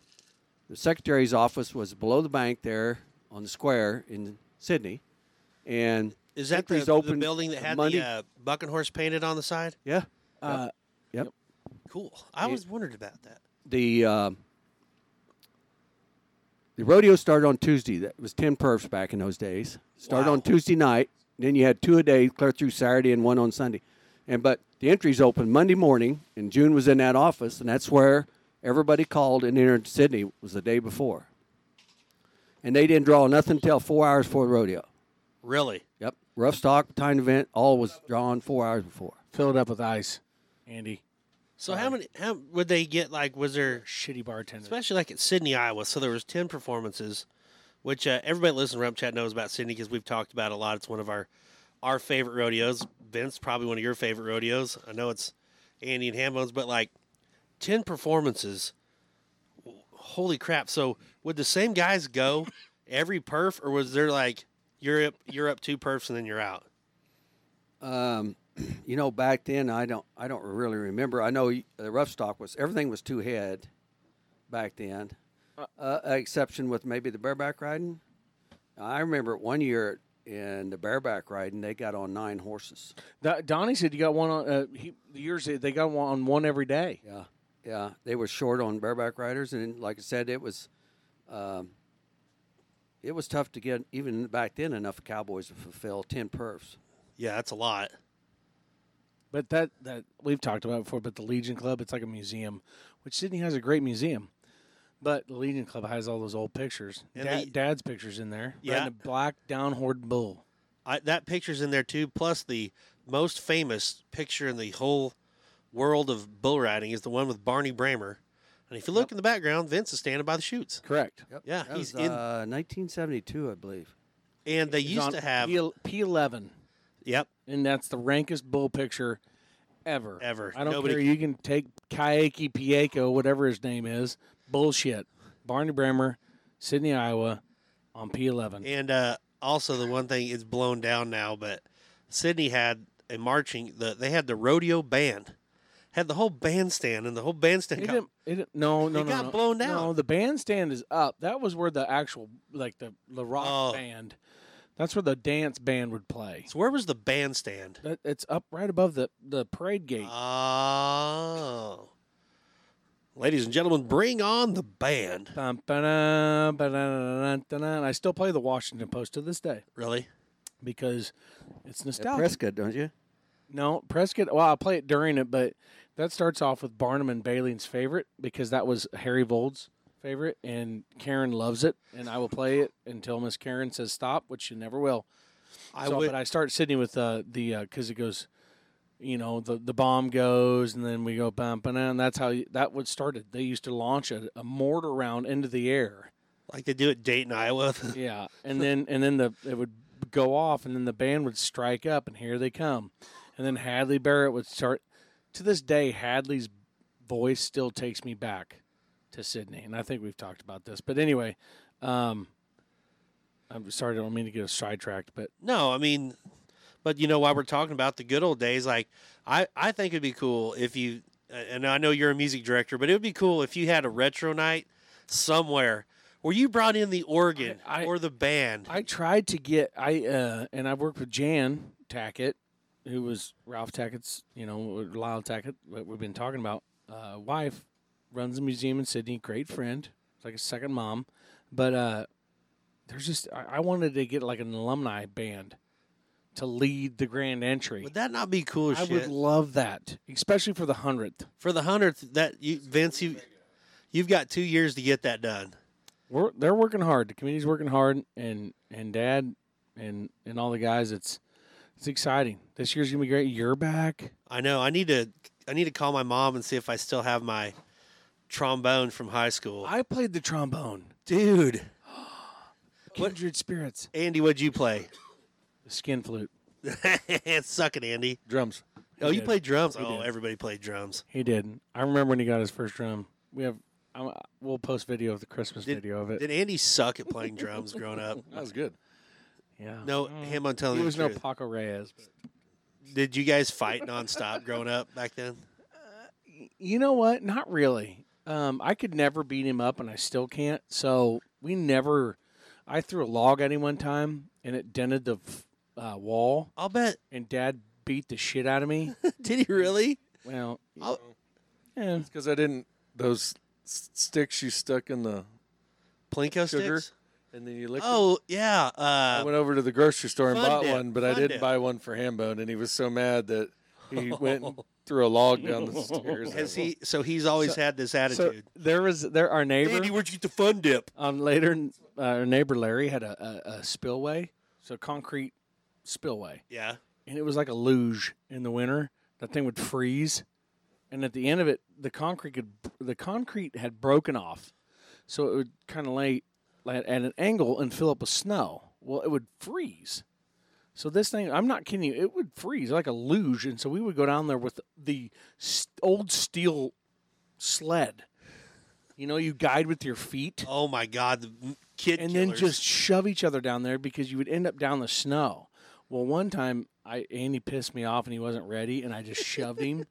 S10: the secretary's office was below the bank there on the square in Sydney, and
S6: Is that the,
S10: Hickory's
S6: the
S10: open
S6: building that had
S10: Monday-
S6: the uh, bucking horse painted on the side?
S10: yeah
S7: Uh,
S6: Cool. I always wondered about that.
S10: the uh, the rodeo started on Tuesday. That was ten perfs back in those days. Started on
S6: Wow.
S10: Tuesday night. Then you had two a day, clear through Saturday, and one on Sunday. And but the entries opened Monday morning, and June was in that office, and that's where everybody called and entered Sydney was the day before. And they didn't draw nothing till four hours before the rodeo.
S6: Really?
S10: Yep, rough stock, timed event, all was drawn four hours before.
S7: fill it up with ice, Andy.
S6: So how many? How would they get? Like, was there?
S7: Shitty bartender.
S6: Especially like at Sydney, Iowa. So there was ten performances, which uh, everybody listening to Rump Chat knows about Sydney because we've talked about it a lot. It's one of our our favorite rodeos. Vince, probably one of your favorite rodeos. I know it's Andy and Hambones, but like ten performances. Holy crap! So would the same guys go every perf, or was there like you're up, you're up two perfs and then you're out?
S10: Um, you know, back then I don't I don't really remember. I know the rough stock was everything was two head back then, uh, exception with maybe the bareback riding. I remember one year in the bareback riding they got on nine horses.
S7: Don- Donnie said you got one on. Uh, he, the years they got one on one every day.
S10: Yeah, Yeah, they were short on bareback riders, and like I said, it was, um, it was tough to get even back then enough cowboys to fulfill ten perfs.
S6: Yeah, that's a lot.
S7: But that that we've talked about before. But the Legion Club, it's like a museum, which Sydney has a great museum. But the Legion Club has all those old pictures.
S6: And
S7: Dad,
S6: they-
S7: Dad's pictures in there.
S6: Yeah.
S7: riding a black downhorned bull.
S6: I, that picture's in there too. Plus, the most famous picture in the whole world of bull riding is the one with Barney Bramer. And if you look in the background, Vince is standing by the chutes.
S7: Correct.
S10: Yep.
S6: Yeah,
S10: that
S6: he's
S10: was,
S6: in-
S10: uh, 1972, I believe.
S6: And they used to have,
S7: P eleven,
S6: yep,
S7: and that's the rankest bull picture ever.
S6: Ever.
S7: I don't
S6: Nobody-
S7: care. You can take Kayaki Pieko, whatever his name is. Bullshit. Barney Bremer, Sydney, Iowa, on P eleven.
S6: And uh, also the one thing it's blown down now, but Sydney had a marching. The they had the rodeo band, had the whole bandstand, and the whole bandstand.
S7: It
S6: got-
S7: didn't, it didn't, no, no,
S6: It
S7: no,
S6: got
S7: no.
S6: blown
S7: No,
S6: down.
S7: the bandstand is up. That was where the actual, like the the rock
S6: Oh.
S7: band. That's where the dance band would play.
S6: so where was the bandstand?
S7: That, it's up right above the the parade gate.
S6: Uh. Oh, ladies and gentlemen, bring on the band.
S7: Bum, ba-dum, ba-dum, da-dum. I still play the Washington Post to this day
S6: Really?
S7: because it's
S10: At
S7: nostalgic.
S10: Prescott, don't you?
S7: No, Prescott. Well, I play it during it, but that starts off with Barnum and Bailey's favorite because that was Harry Vold's favorite, and Karen loves it, and I will play it until Miss Karen says stop, which she never will.
S6: I
S7: so,
S6: would.
S7: but I start sitting with uh, the because it goes, you know, the the bomb goes, and then we go bump, and then that's how you, that would started. They used to launch a, a mortar round into the air.
S6: like they do at Dayton, Iowa. *laughs*
S7: Yeah, and then and then the it would go off, and then the band would strike up, and here they come, and then Hadley Barrett would start. To this day, Hadley's voice still takes me back to Sydney, and I think we've talked about this. But anyway, um, I'm sorry, I don't mean to get sidetracked, but
S6: No, I mean, but you know, while we're talking about the good old days, like I, I think it'd be cool if you, and I know you're a music director, but it would be cool if you had a retro night somewhere where you brought in the organ
S7: I- I-
S6: or the band.
S7: I tried to get I uh, and I worked with Jan Tackett, who was Ralph Tackett's, you know, Lyle Tackett, what we've been talking about. Uh, wife runs a museum in Sydney. Great friend, it's like a second mom. But uh, there's just I, I wanted to get like an alumni band to lead the grand entry.
S6: would that not be cool as
S7: I would
S6: shit?
S7: love that, especially for the hundredth.
S6: For the hundredth, that you, Vince, you, you've got two years to get that done.
S7: we're they're working hard. The community's working hard, and and Dad and and all the guys. It's it's exciting. This year's gonna be great. You're back.
S6: I know. I need to, I need to call my mom and see if I still have my trombone from high school.
S7: I played the trombone.
S6: Dude,
S7: Kindred spirits.
S6: Andy, what'd you play?
S7: The skin flute.
S6: *laughs* Suck it, Andy.
S3: Drums.
S6: Oh, you
S7: did.
S6: played drums. Oh, everybody played drums.
S7: He did. I remember when he got his first drum. We have. I'm, we'll post video of the Christmas video of it.
S6: Did Andy suck at playing drums growing *laughs* up?
S3: That was good.
S7: yeah.
S6: No, him on telling
S7: He
S6: you the
S7: was no
S6: truth.
S7: Paco Reyes. but-
S6: Did you guys fight nonstop growing up back then?
S7: You know what? Not really. Um, I could never beat him up, and I still can't. So we never. I threw a log at him one time, and it dented the f- uh, wall.
S6: I'll bet. *laughs*
S7: and dad beat the shit out of me.
S6: Did he really?
S7: well,
S6: *laughs* I'll-
S7: yeah,
S3: Because I didn't, those s- sticks you stuck in the,
S6: Plinko
S3: Sugar?
S6: sticks.
S3: and then you licked them.
S6: Oh yeah.
S3: I
S6: Uh,
S3: went over to the grocery store and
S6: Fun
S3: bought
S6: dip,
S3: one, but I
S6: fun
S3: didn't
S6: dip.
S3: buy one for Hambone, and he was so mad that
S6: *laughs*
S3: he went and threw a log down the stairs.
S6: has he? So he's always had this attitude.
S7: there was there our neighbor
S6: Andy, where'd you get the fun dip?
S7: um later uh, our neighbor Larry had a, a, a spillway, so concrete spillway,
S6: Yeah.
S7: and it was like a luge in the winter. That thing would freeze, and at the end of it, the concrete could the concrete had broken off, so it would kind of lay lay at an angle and fill up with snow. Well, it would freeze. So this thing, I'm not kidding you, it would freeze like a luge, and so we would go down there with the st- old steel sled. You know, you guide with your feet,
S6: Oh my God, the m- kid.
S7: and then
S6: killers.
S7: just shove each other down there because you would end up down the snow. Well, one time, I Andy pissed me off and he wasn't ready, and I just shoved
S6: *laughs*
S7: him, and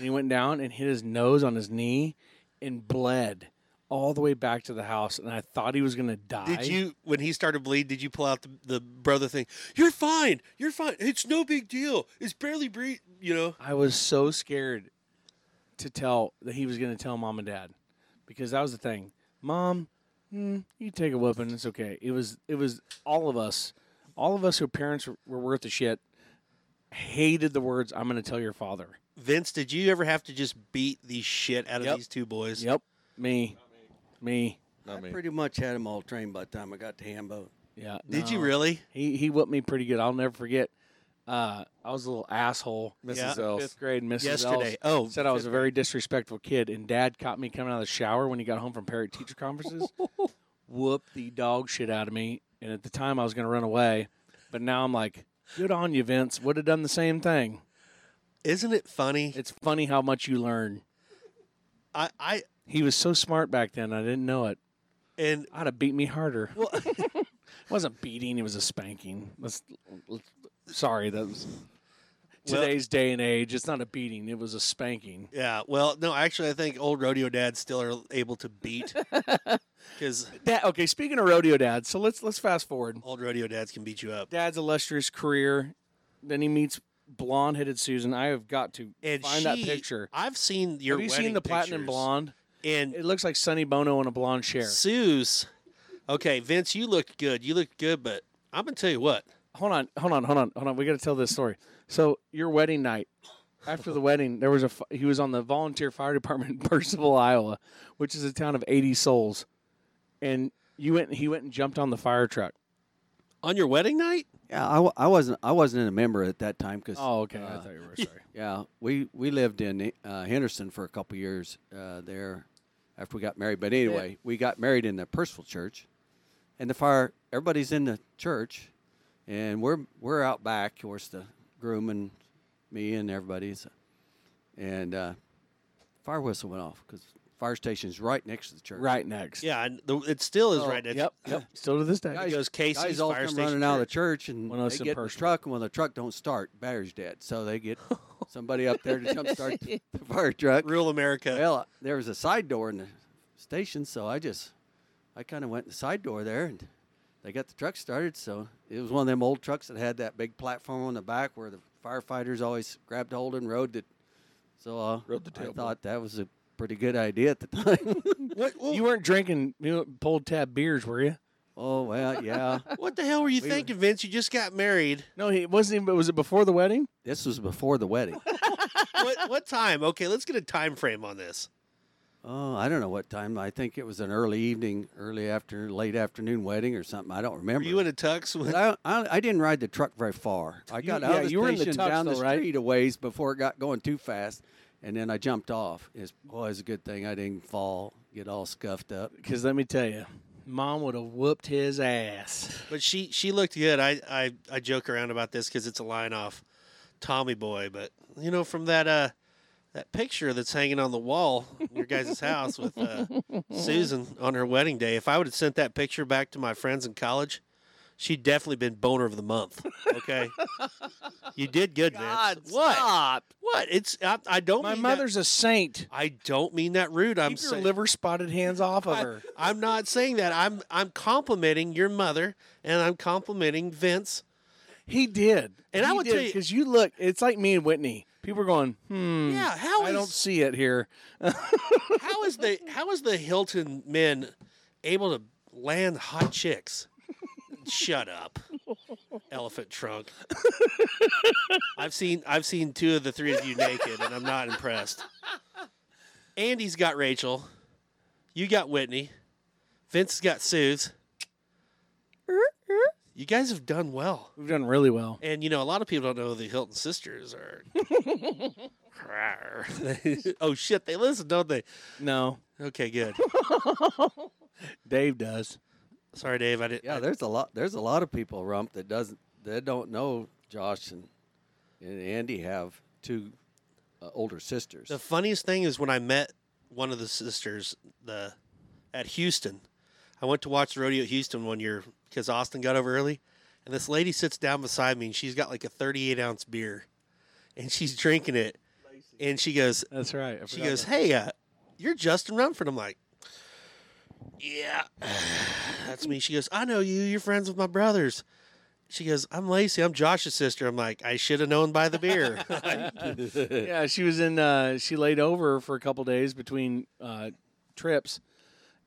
S7: he went down and hit his nose on his knee, and bled all the way back to the house, and I thought he was gonna die.
S6: Did you when he started bleed? Did you pull out the, the brother thing? You're fine. You're fine. It's no big deal. It's barely breathe. You know.
S7: I was so scared to tell that he was going to tell mom and dad because that was the thing. Mom, mm, you take a whooping. It's okay. It was it was all of us, all of us who parents were, were worth the shit, hated the words "I'm going to tell your father."
S6: Vince, did you ever have to just beat the shit out of
S7: Yep.
S6: these two boys?
S7: Yep, me, me.
S3: Not me.
S10: Pretty much had them all trained by the time I got to Hambo.
S7: Yeah.
S6: Did you
S7: no.
S6: really?
S7: He he whipped me pretty good. I'll never forget. Uh, I was a little asshole.
S3: Mrs.
S6: Yeah.
S3: Else.
S7: Fifth grade, Mrs.
S6: Yesterday.
S7: Ells
S6: Oh,
S7: said I was a very disrespectful kid, and Dad caught me coming out of the shower when he got home from parent teacher
S6: *laughs*
S7: conferences. Whooped the dog shit out of me, and at the time I was going to run away, but now I'm like, good on you, Vince. Would have done the same thing.
S6: Isn't it funny?
S7: It's funny how much you learn.
S6: I, I
S7: He was so smart back then. I didn't know it.
S6: and
S7: I'd have beat me harder.
S6: well, *laughs*
S7: It wasn't beating; it was a spanking. Let's, let's- sorry, that was
S6: Well-
S7: today's day and age. It's not a beating; it was a spanking.
S6: yeah. Well, no, actually, I think old rodeo dads still are able
S7: *laughs*
S6: to beat because
S7: That, okay, speaking of rodeo dad, so let's let's fast forward.
S6: old rodeo dads can beat you up.
S7: Dad's illustrious career, then he meets blonde-headed Susan. I have got to
S6: And
S7: find that
S6: she-
S7: picture.
S6: I've seen your.
S7: have you
S6: wedding
S7: seen the platinum
S6: pictures.
S7: blonde?
S6: And
S7: It looks like Sonny Bono in a blonde chair.
S6: Sue's. Okay, Vince, you looked good. You looked good, but I'm gonna tell you what.
S7: hold on, hold on, hold on, hold on. We got to tell this story. So your wedding night, after the wedding, there was a fi- he was on the volunteer fire department in *laughs* Percival, Iowa, which is a town of eighty souls, and you went. He went and jumped on the fire truck.
S6: On your wedding night,
S10: Yeah, I, w- I wasn't I wasn't a member at that time because
S7: Oh, okay. I thought you were sorry.
S10: yeah we we lived in uh, Henderson for a couple years uh, there after we got married. But anyway, we got married in the Percival Church, and the fire everybody's in the church, and we're we're out back. Of course, the groom and me and everybody's, and uh, fire whistle went off because fire station's right next to the church.
S7: Right next.
S6: yeah, and the, it still is right. next-
S7: Oh, Yep. Yep. Still to this day.
S6: It goes Casey's
S10: guys all
S6: fire
S10: come
S6: station.
S10: running out of the
S6: Church.
S10: church and
S7: When I was
S10: they
S7: in
S10: get in the
S7: Percival.
S10: truck and when the truck don't start, battery's dead. So
S6: *laughs*
S10: they get somebody up there to jumpstart the the fire truck.
S6: Real America.
S10: Well, there was a side door in the station, so I just I kind of went in the side door there and they got the truck started. So it was one of them old trucks that had that big platform on the back where the firefighters always grabbed hold and rode it. So uh,
S3: Rode the
S10: I
S3: tailboard.
S10: thought that was a pretty good idea at the *laughs* time.
S6: what, what,
S7: You weren't drinking you know, pulled tab beers, were you?
S10: oh well, yeah.
S6: what the hell were you thinking, Vince? You just got married.
S7: No, he it wasn't. Even, was it before the wedding?
S10: This was before the wedding.
S6: what what time? Okay, let's get a time frame on this.
S10: Oh, I don't know what time. I think it was an early evening, early after, late afternoon wedding or something. I don't
S6: Were
S10: remember.
S6: you in a tux?
S10: But
S6: With,
S10: I, I, I didn't ride the truck very far. I got out
S7: yeah,
S10: of the
S7: you were in the
S10: station
S7: tux,
S10: down the
S7: though, right?
S10: street a ways before it got going too fast, and then I jumped off. It's always a good thing I didn't fall, get all scuffed up.
S7: Because let me tell you, mom would have whooped his ass.
S6: but she she looked good. I I, I joke around about this because it's a line off Tommy Boy. But you know from that uh that picture that's hanging on the wall in
S7: *laughs*
S6: your guys' house with uh, Susan on her wedding day. If I would have sent that picture back to my friends in college, she'd definitely been boner of the month. Okay, you did good, Vince. What? What? It's I, I don't.
S7: My
S6: mean
S7: mother's a saint.
S6: That, I don't mean that rude. I'm
S7: Keep your
S6: saying-
S7: liver spotted hands off of her.
S6: I, am not saying that. I'm I'm complimenting your mother and I'm complimenting Vince.
S7: He did,
S6: And I would tell you-
S7: because you look. It's like me and Whitney. People are going, hmm.
S6: Yeah, how
S7: I don't
S6: is-
S7: see it here. *laughs*
S6: How is the how is the Hilton men able to land hot chicks?
S7: *laughs*
S6: Shut up, elephant trunk. I've seen I've seen two of the three of you naked, and I'm not impressed. Andy's got Rachel, you got Whitney, Vince's got Suze.
S7: Uh-uh.
S6: You guys have done well.
S7: We've done really well.
S6: And you know, a lot of people don't know the Hilton sisters are. Rawr. *laughs* oh shit, they listen, don't they?
S7: No,
S6: Okay, good.
S7: Dave does.
S6: Sorry, Dave. I didn't.
S10: Yeah, there's a lot. There's a lot of people rump that doesn't that don't know Josh and, and Andy have two uh, older sisters.
S6: The funniest thing is when I met one of the sisters the at Houston. I went to watch the rodeo at Houston one year because Austin got over early, and this lady sits down beside me and she's got like a 38 ounce beer, and she's drinking it, and she goes,
S7: That's right. I
S6: she
S7: forgot
S6: goes,
S7: that.
S6: "Hey, uh, you're Justin Rumford." I'm like, *sighs* "Yeah, that's me." She goes, "I know you. You're friends with my brothers." She goes, I'm Lacey. I'm Josh's sister. I'm like, I should have known by
S7: *laughs*
S6: the beer.
S7: yeah, she was in. Uh, she laid over for a couple days between uh, trips,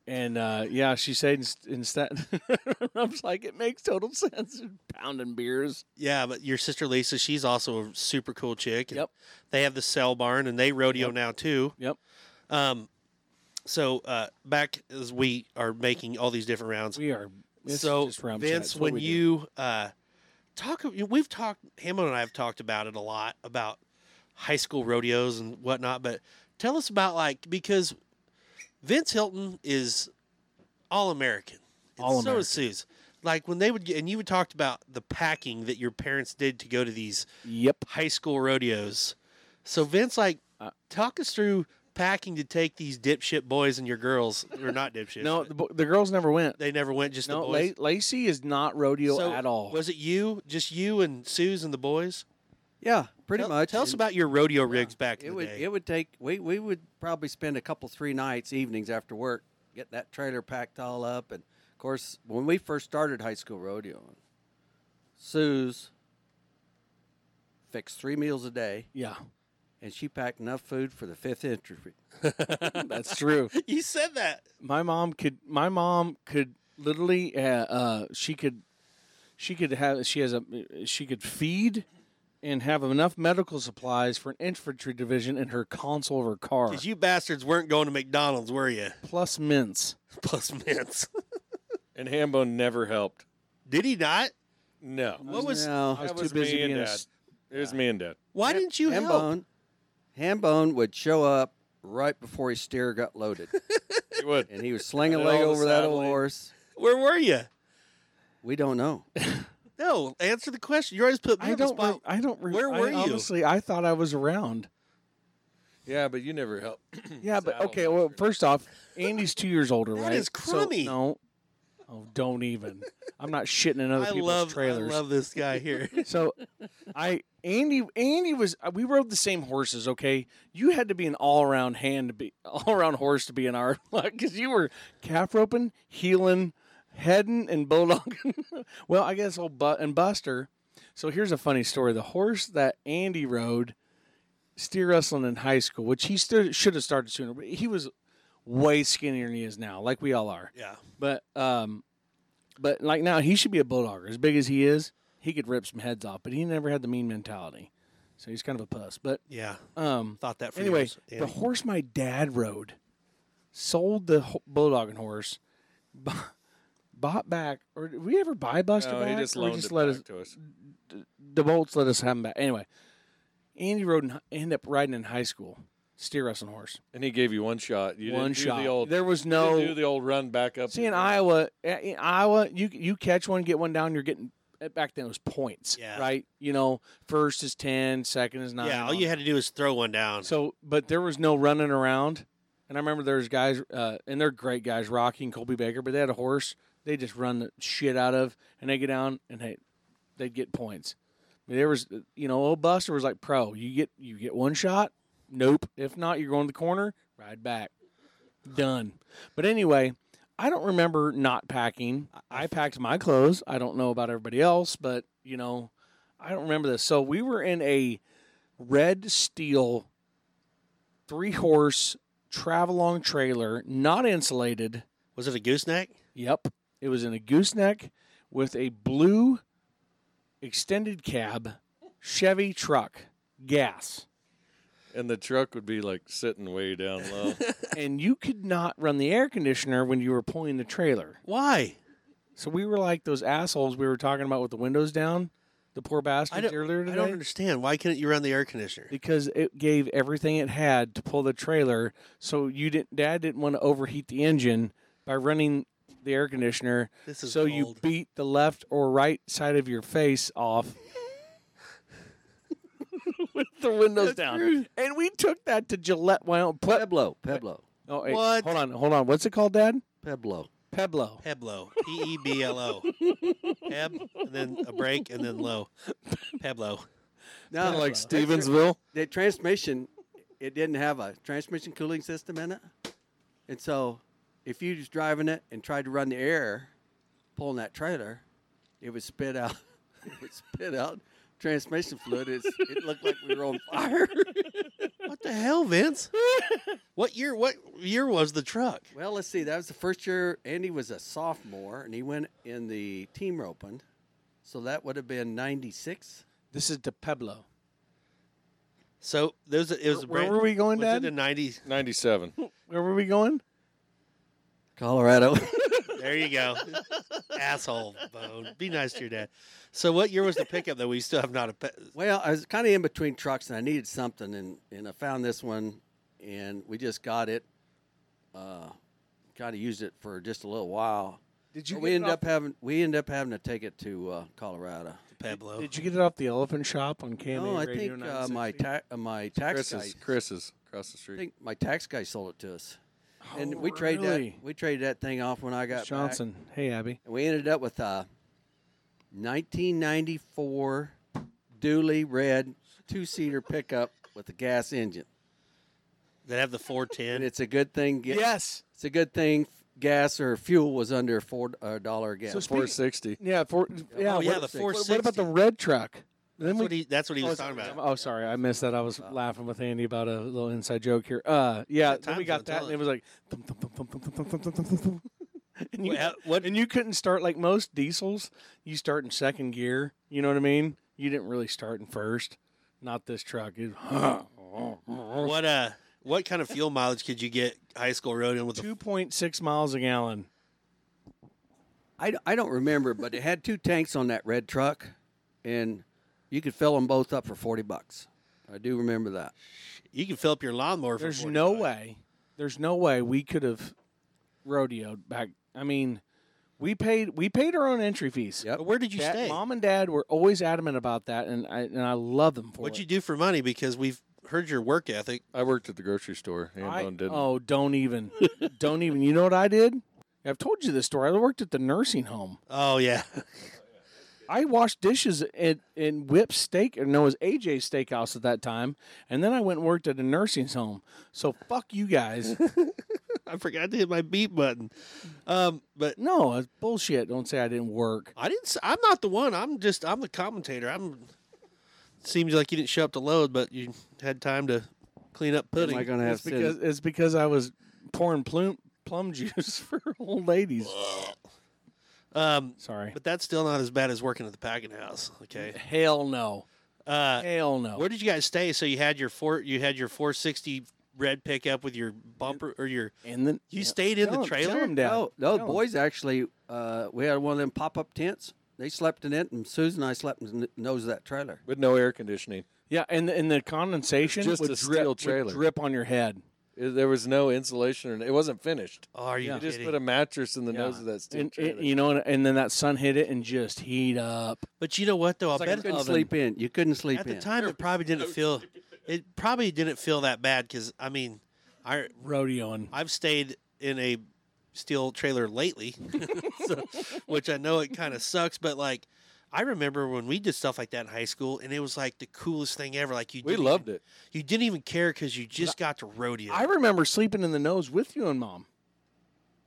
S7: and uh, yeah, she stayed in, St- in Staten. *laughs* I was like, it makes total sense. *laughs* Pounding beers.
S6: yeah, but your sister Lisa, she's also a super cool chick. and
S7: Yep.
S6: They have the cell barn and they rodeo now too. Um,
S7: Yep.
S6: So uh, back as we are making all these different rounds.
S7: We are. it's
S6: so
S7: just rum chat.
S6: Vince,
S7: It's what
S6: when
S7: we do.
S6: you uh, talk, we've talked. Hammond and I have talked about it a lot about high school rodeos and whatnot. But tell us about like because Vince Hilton is all American. And
S7: All
S6: so is Suze. Like when they would get, and you would talked about the packing that your parents did to go to these
S7: yep.
S6: high school rodeos. So Vince, like,
S7: Uh,
S6: talk us through packing to take these dipshit boys and your girls, or not dipshit.
S7: No, the, bo- the girls never went.
S6: they never went. Just the
S7: No,
S6: boys.
S7: La- Lacey is not rodeo
S6: So,
S7: at all.
S6: Was it you, just you and Suze and the boys?
S10: *laughs* Yeah, pretty
S6: tell,
S10: much.
S6: Tell us
S10: And
S6: about your rodeo rigs back in
S10: it
S6: the
S10: would
S6: day.
S10: it would take we we would probably spend a couple three nights evenings after work get that trailer packed all up and of course when we first started high school rodeo, Sue's fixed three meals a day
S7: yeah,
S10: and she packed enough food for the fifth entry.
S7: that's
S6: *laughs*
S7: true.
S6: *laughs* you said that.
S7: my mom could my mom could literally uh, uh she could she could have she has a she could feed and have enough medical supplies for an infantry division in her console of her car
S6: Because you bastards weren't going to McDonald's,
S7: *laughs*
S6: were you?
S7: plus mints
S6: Plus mints. *laughs*
S3: And Hambone never helped.
S6: Did he not?
S3: No.
S6: What was?
S10: no,
S7: I was
S3: That
S7: too
S3: was
S7: busy
S3: me and
S7: being a
S3: Dad.
S7: s-
S3: It was me and Dad.
S6: Why didn't you help?
S10: Hambone, Hambone would show up right before his steer got loaded,
S3: It would.
S10: and he was slinging
S3: And
S10: leg
S3: all the
S10: over that old
S3: saddling.
S10: horse.
S6: Where were you?
S10: We don't know.
S6: No, answer the question. You always put me
S7: I
S6: on the
S7: don't.
S6: spot.
S7: Re- I don't. Re-
S6: Where
S7: I
S6: were you?
S7: Honestly, I thought I was around.
S3: Yeah, but you never *clears throat* helped.
S7: *clears throat* Yeah, but
S3: Saddle
S7: okay. Well, first off, Andy's two years older,
S6: That
S7: right?
S6: is
S7: So,
S6: crummy.
S7: no, oh, don't
S6: *laughs*
S7: even. I'm not shitting in other
S6: I
S7: people's
S6: love.
S7: trailers.
S6: I love this
S7: *laughs*
S6: guy here.
S7: So, I Andy Andy was uh, we rode the same horses. Okay, you had to be an all around hand to be all around horse to be in our *laughs* because you were calf roping, heeling, heading, and bulldogging. *laughs* well, I guess old but and Buster. So here's a funny story: the horse that Andy rode, steer wrestling in high school, which he stu- should have started sooner, but he was way skinnier than he is now, like we all are.
S6: yeah.
S7: But um, but like now he should be a bulldogger. As big as he is, he could rip some heads off. But he never had the mean mentality, so he's kind of a puss. But
S6: Yeah.
S7: um,
S6: Thought that for
S7: anyway,
S6: years,
S7: the
S6: Andy.
S7: horse my dad rode sold the ho- bulldogging horse, bu- bought back, or did we ever buy Buster
S3: No, he
S7: back?
S3: just
S7: Or we
S3: loaned it
S7: let
S3: back
S7: us,
S3: to us.
S7: the bolts let us have him back. Anyway, Andy rode and ended up riding in high school steer wrestling horse.
S3: And he gave you one shot. You
S7: One
S3: didn't do
S7: shot.
S3: the old.
S7: there was
S3: you didn't
S7: no
S3: do the old run back up.
S7: See in Iowa, in Iowa, you you catch one, get one down, you're getting back then it was points,
S6: Yeah.
S7: right? You know, first is ten, second is nine.
S6: Yeah. All you had to do is throw one down.
S7: So, but there was no running around, and I remember there's guys, uh, and they're great guys, Rocky and Colby Baker, but they had a horse they just run the shit out of, and they get down and they they'd get points. I mean, there was, you know, old Buster was like pro. You get you get one shot. Nope. If not, you're going to the corner. Ride back. Done. But anyway, I don't remember not packing. I I packed my clothes. I don't know about everybody else, but you know, I don't remember this. So we were in a red steel three horse travel along trailer, not insulated.
S6: was it a gooseneck?
S7: Yep. It was in a gooseneck with a blue extended cab Chevy truck, gas.
S3: And the truck would be like sitting way down *laughs* low.
S7: and you could not run the air conditioner when you were pulling the trailer.
S6: Why?
S7: So we were like those assholes we were talking about with the windows down, the poor
S6: I
S7: bastards
S6: don't,
S7: earlier
S6: I
S7: today.
S6: don't understand. Why couldn't you run the air conditioner?
S7: because it gave everything it had to pull the trailer. So you didn't, Dad didn't want to overheat the engine by running the air conditioner.
S6: This is
S7: so you
S6: old.
S7: beat the left or right side of your face off *laughs* with the windows down. And we took that to Gillette, Wyoming. Ple-
S10: Pueblo, Pueblo,
S7: oh, wait,
S6: What?
S7: Hold on, hold on. What's it called, Dad?
S10: Pueblo.
S7: Pueblo.
S6: Peblo. P E B L O. Peb, and then a break, and then low. Peblo.
S10: No,
S8: Like
S10: that's
S8: Stevensville.
S10: the transmission it didn't have a transmission cooling system in it and so if you was driving it and tried to run the air pulling that trailer it would spit out *laughs* would spit out transmission fluid. It's, it looked like we were on fire. *laughs*
S6: What the hell, Vince? what year? What year was the truck?
S10: well, let's see. That was the first year Andy was a sophomore, and he went in the team roping. So that would have been '96.
S7: This is the Pueblo.
S6: So there was a, it was a
S7: Where- where
S6: brand,
S7: were we going,
S6: was
S7: Dad?
S6: It a ninety.
S3: Ninety-seven.
S7: Where were we going?
S10: Colorado.
S6: There you go, asshole bone. Be nice to your dad. So what year was the pickup that we still have not a pe-
S10: well, I was kind of in between trucks, and I needed something, and, and I found this one, and we just got it. Uh, kind of used it for just a little while.
S7: Did you
S10: But we
S7: get it
S10: end
S7: off-
S10: up having we end up having to take it to uh, Colorado.
S6: Pueblo?
S7: Did you get it off the elephant shop on KMA
S10: No, I
S7: Radio
S10: think uh,
S7: 960?
S10: my ta- uh, my tax guy.
S3: Chris's. Chris's across the
S10: I
S3: street.
S10: think my tax guy sold it to us, and
S7: Oh,
S10: we traded
S7: really?
S10: that we traded that thing off when I got back.
S7: Johnson. Hey, Abby.
S10: and we ended up with a 1994 Dooley red two seater pickup with a gas engine,
S6: They have the four
S10: and
S6: ten.
S10: it's a good thing. ga-
S7: Yes.
S10: it's a good thing f- gas or fuel was under four uh, dollar a gallon.
S7: So
S3: Four
S7: speaking,
S3: sixty.
S7: yeah, for, yeah,
S6: Oh yeah,
S7: what,
S6: the
S10: what-
S6: four
S7: what-
S6: sixty.
S7: what about the red truck? Then
S6: That's
S7: we
S6: what he, that's what he
S7: Oh,
S6: was
S7: sorry.
S6: talking about.
S7: Oh, sorry, I missed that. I was laughing with Andy about a little inside joke here. Uh, yeah,
S6: the
S7: then we got
S6: times on the
S7: that, and it was like, thump, thump, thump, thump, thump, thump, thump, thump, thump, thump. *laughs* and you,
S6: Wait, how- what-
S7: and you couldn't start like most diesels. You start in second gear. You know what I mean? You didn't really start in first. Not this truck. It,
S6: What uh, what kind of fuel mileage could you get high school roading with a
S7: two point six miles a gallon.
S10: I, I don't remember, but it had two tanks on that red truck, and you could fill them both up for forty bucks. I do remember that.
S6: You can fill up your lawnmower. For
S7: There's
S6: 40
S7: no
S6: bucks.
S7: way. There's no way we could have rodeoed back. I mean, we paid we paid our own entry fees.
S10: Yep.
S6: But where did you
S7: Dad-
S6: stay?
S7: Mom and Dad were always adamant about that, and I and I love them for
S6: What'd you
S7: it.
S6: do for money? Because we've heard your work ethic.
S3: I worked at the grocery store. and
S7: I-
S3: Bone didn't.
S7: oh, don't even, *laughs* don't even. You know what I did? I've told you this story. I worked at the nursing home.
S6: Oh yeah, *laughs*
S7: I washed dishes at in Whip Steak, or no, it was AJ's Steakhouse at that time, and then I went and worked at a nursing home. So fuck you *laughs* guys.
S6: I forgot to hit my beep button. Um, but
S7: no, it's bullshit. Don't say I didn't work.
S6: I didn't. s- I'm not the one. I'm just. I'm the commentator. I'm. Seems like you didn't show up to load, but you had time to clean up
S10: Am
S6: pudding.
S10: I going to have
S7: It's because
S10: sin?
S7: it's because I was pouring plum plum *laughs* juice for old ladies.
S6: um,
S7: Sorry.
S6: but that's still not as bad as working at the packing house. Okay.
S7: Hell no.
S6: Uh,
S7: Hell no.
S6: where did you guys stay? So you had your four. You had your 460 red pickup with your bumper or your.
S7: and then
S6: You stayed in the trailer.
S7: Oh,
S10: No, no, the
S7: Tell 'em.
S10: boys actually, uh, we had one of them pop up tents. They slept in it, and Susan and I slept in the nose of that trailer.
S3: With no air conditioning.
S7: Yeah, and the, and the condensation
S3: Just
S7: would
S3: a
S7: drip,
S3: steel
S7: would
S3: trailer.
S7: drip on your head.
S3: It- there was no insulation, and it wasn't finished.
S6: Oh, are you
S3: You just
S6: kidding?
S3: put a mattress in the
S7: Yeah.
S3: nose of that steel
S7: And,
S3: trailer.
S7: and- you know, and, and then that sun hit it and just heat up.
S6: But you know what though? I
S10: You
S6: bet
S10: couldn't sleep in. You couldn't sleep
S6: at
S10: in.
S6: the time it probably didn't feel. It probably didn't feel that bad because I mean, I
S7: Rodeoing.
S6: I've stayed in a steel trailer lately, *laughs* so- which I know it kind of sucks, but like I remember when we did stuff like that in high school, and it was like the coolest thing ever. Like you,
S3: we
S6: didn't
S3: loved
S6: even,
S3: it.
S6: You didn't even care because you just got to rodeo.
S7: I remember sleeping in the nose with you and mom,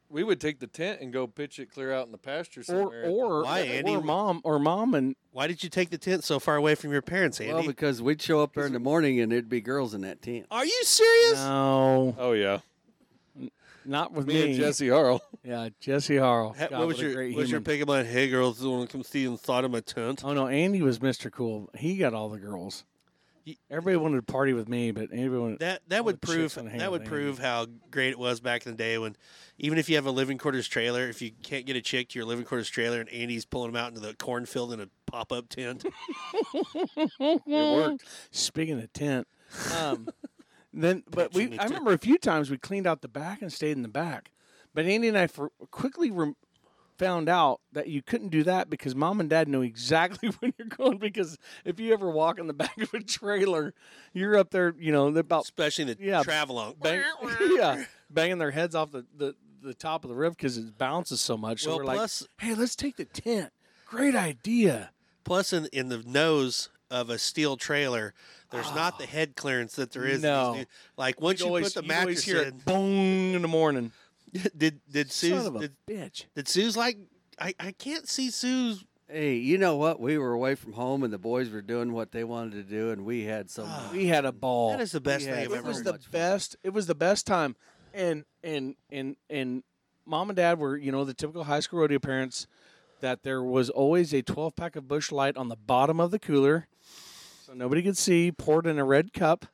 S3: We would take the tent and go pitch it clear out in the pasture
S7: or
S3: somewhere.
S7: or,
S6: Why, Andy?
S7: or mom or mom and
S6: Why did you take the tent so far away from your parents, Andy?
S10: well, because we'd show up there in the morning, and there'd be girls in that tent.
S6: Are you serious?
S7: no,
S3: oh yeah,
S7: not with
S3: me,
S7: me.
S3: and Jesse Harrell. *laughs*
S7: Yeah, Jesse Harrell.
S6: Ha-
S7: God,
S6: what was
S7: a
S6: your
S7: great
S6: what was your
S7: human.
S6: pickup line? Hey girls, do you want to come see inside of my tent?
S7: Oh no, Andy was Mr. Cool. He got all the girls.
S6: Ye-
S7: Everybody wanted to party with me, but everyone
S6: That that would
S7: the chicks
S6: prove
S7: wanna hang
S6: that
S7: out
S6: would
S7: with
S6: prove how great it was back in the day when even if you have a living quarters trailer, if you can't get a chick to your living quarters trailer and Andy's pulling them out into the cornfield in a pop up tent. *laughs*
S3: It worked.
S7: Speaking of tent,
S6: *laughs*
S7: um, then but we
S6: Pitching the
S7: I
S6: tent.
S7: remember a few times we cleaned out the back and stayed in the back, but Andy and I for, quickly rem found out that you couldn't do that because mom and dad know exactly *laughs* when you're going because if you ever walk in the back of a trailer, you're up there, you know, they're about
S6: Especially in the
S7: Yeah.
S6: travelong.
S7: bang, *laughs* yeah, banging their heads off the, the, the top of the roof because it bounces so much. So
S6: Well,
S7: we're
S6: plus-
S7: like, hey, let's take the tent. Great idea.
S6: Plus in in the nose of a steel trailer, there's not the head clearance that there is. in these
S7: Ah. No.
S6: new- like once you put the
S7: you'd always
S6: mattress
S7: hear
S6: in,
S7: it boom in the morning.
S6: *laughs* did did Sue's
S7: Son of a
S6: did,
S7: bitch.
S6: did Sue's like I, I can't see Sue's
S10: Hey, you know what? We were away from home, and the boys were doing what they wanted to do, and we had some.
S6: Ah.
S7: We had a ball.
S6: That is the best
S7: Yeah,
S6: thing
S7: it
S6: I've
S7: was the
S6: ever.
S10: so
S7: best
S10: much fun.
S7: best. It was the best time. And and and and mom and dad were, you know, the typical high school rodeo parents that there was always a 12 pack of Bush Light on the bottom of the cooler, so nobody could see, poured in a red cup.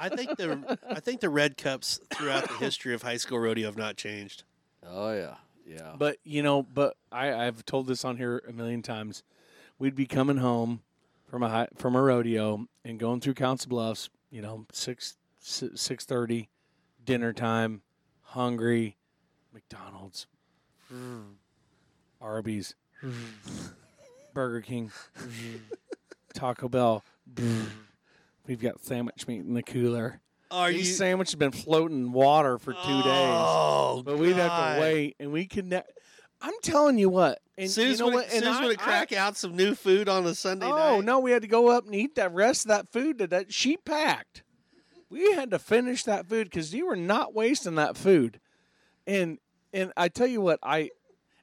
S6: I think the I think the red cups throughout the history of high school rodeo have not changed.
S10: Oh yeah, yeah.
S7: But you know, but I, I've told this on here a million times. We'd be coming home from a hi- from a rodeo and going through Council Bluffs. You know, six six thirty, dinner time, hungry, McDonald's, Arby's, Burger King, Taco Bell. We've got sandwich meat in the cooler.
S6: Are
S7: These
S6: you?
S7: sandwiches have been floating in water for two days.
S6: Oh,
S7: But we'd have
S6: God.
S7: to wait, and we could. Ne- I'm telling you what, and
S6: Sue's
S7: you know
S6: would,
S7: what, and I-
S6: crack out some new food on a Sunday
S7: I,
S6: night.
S7: oh no, we had to go up and eat that rest of that food that, that she packed. We had to finish that food because you were not wasting that food, and and I tell you what, I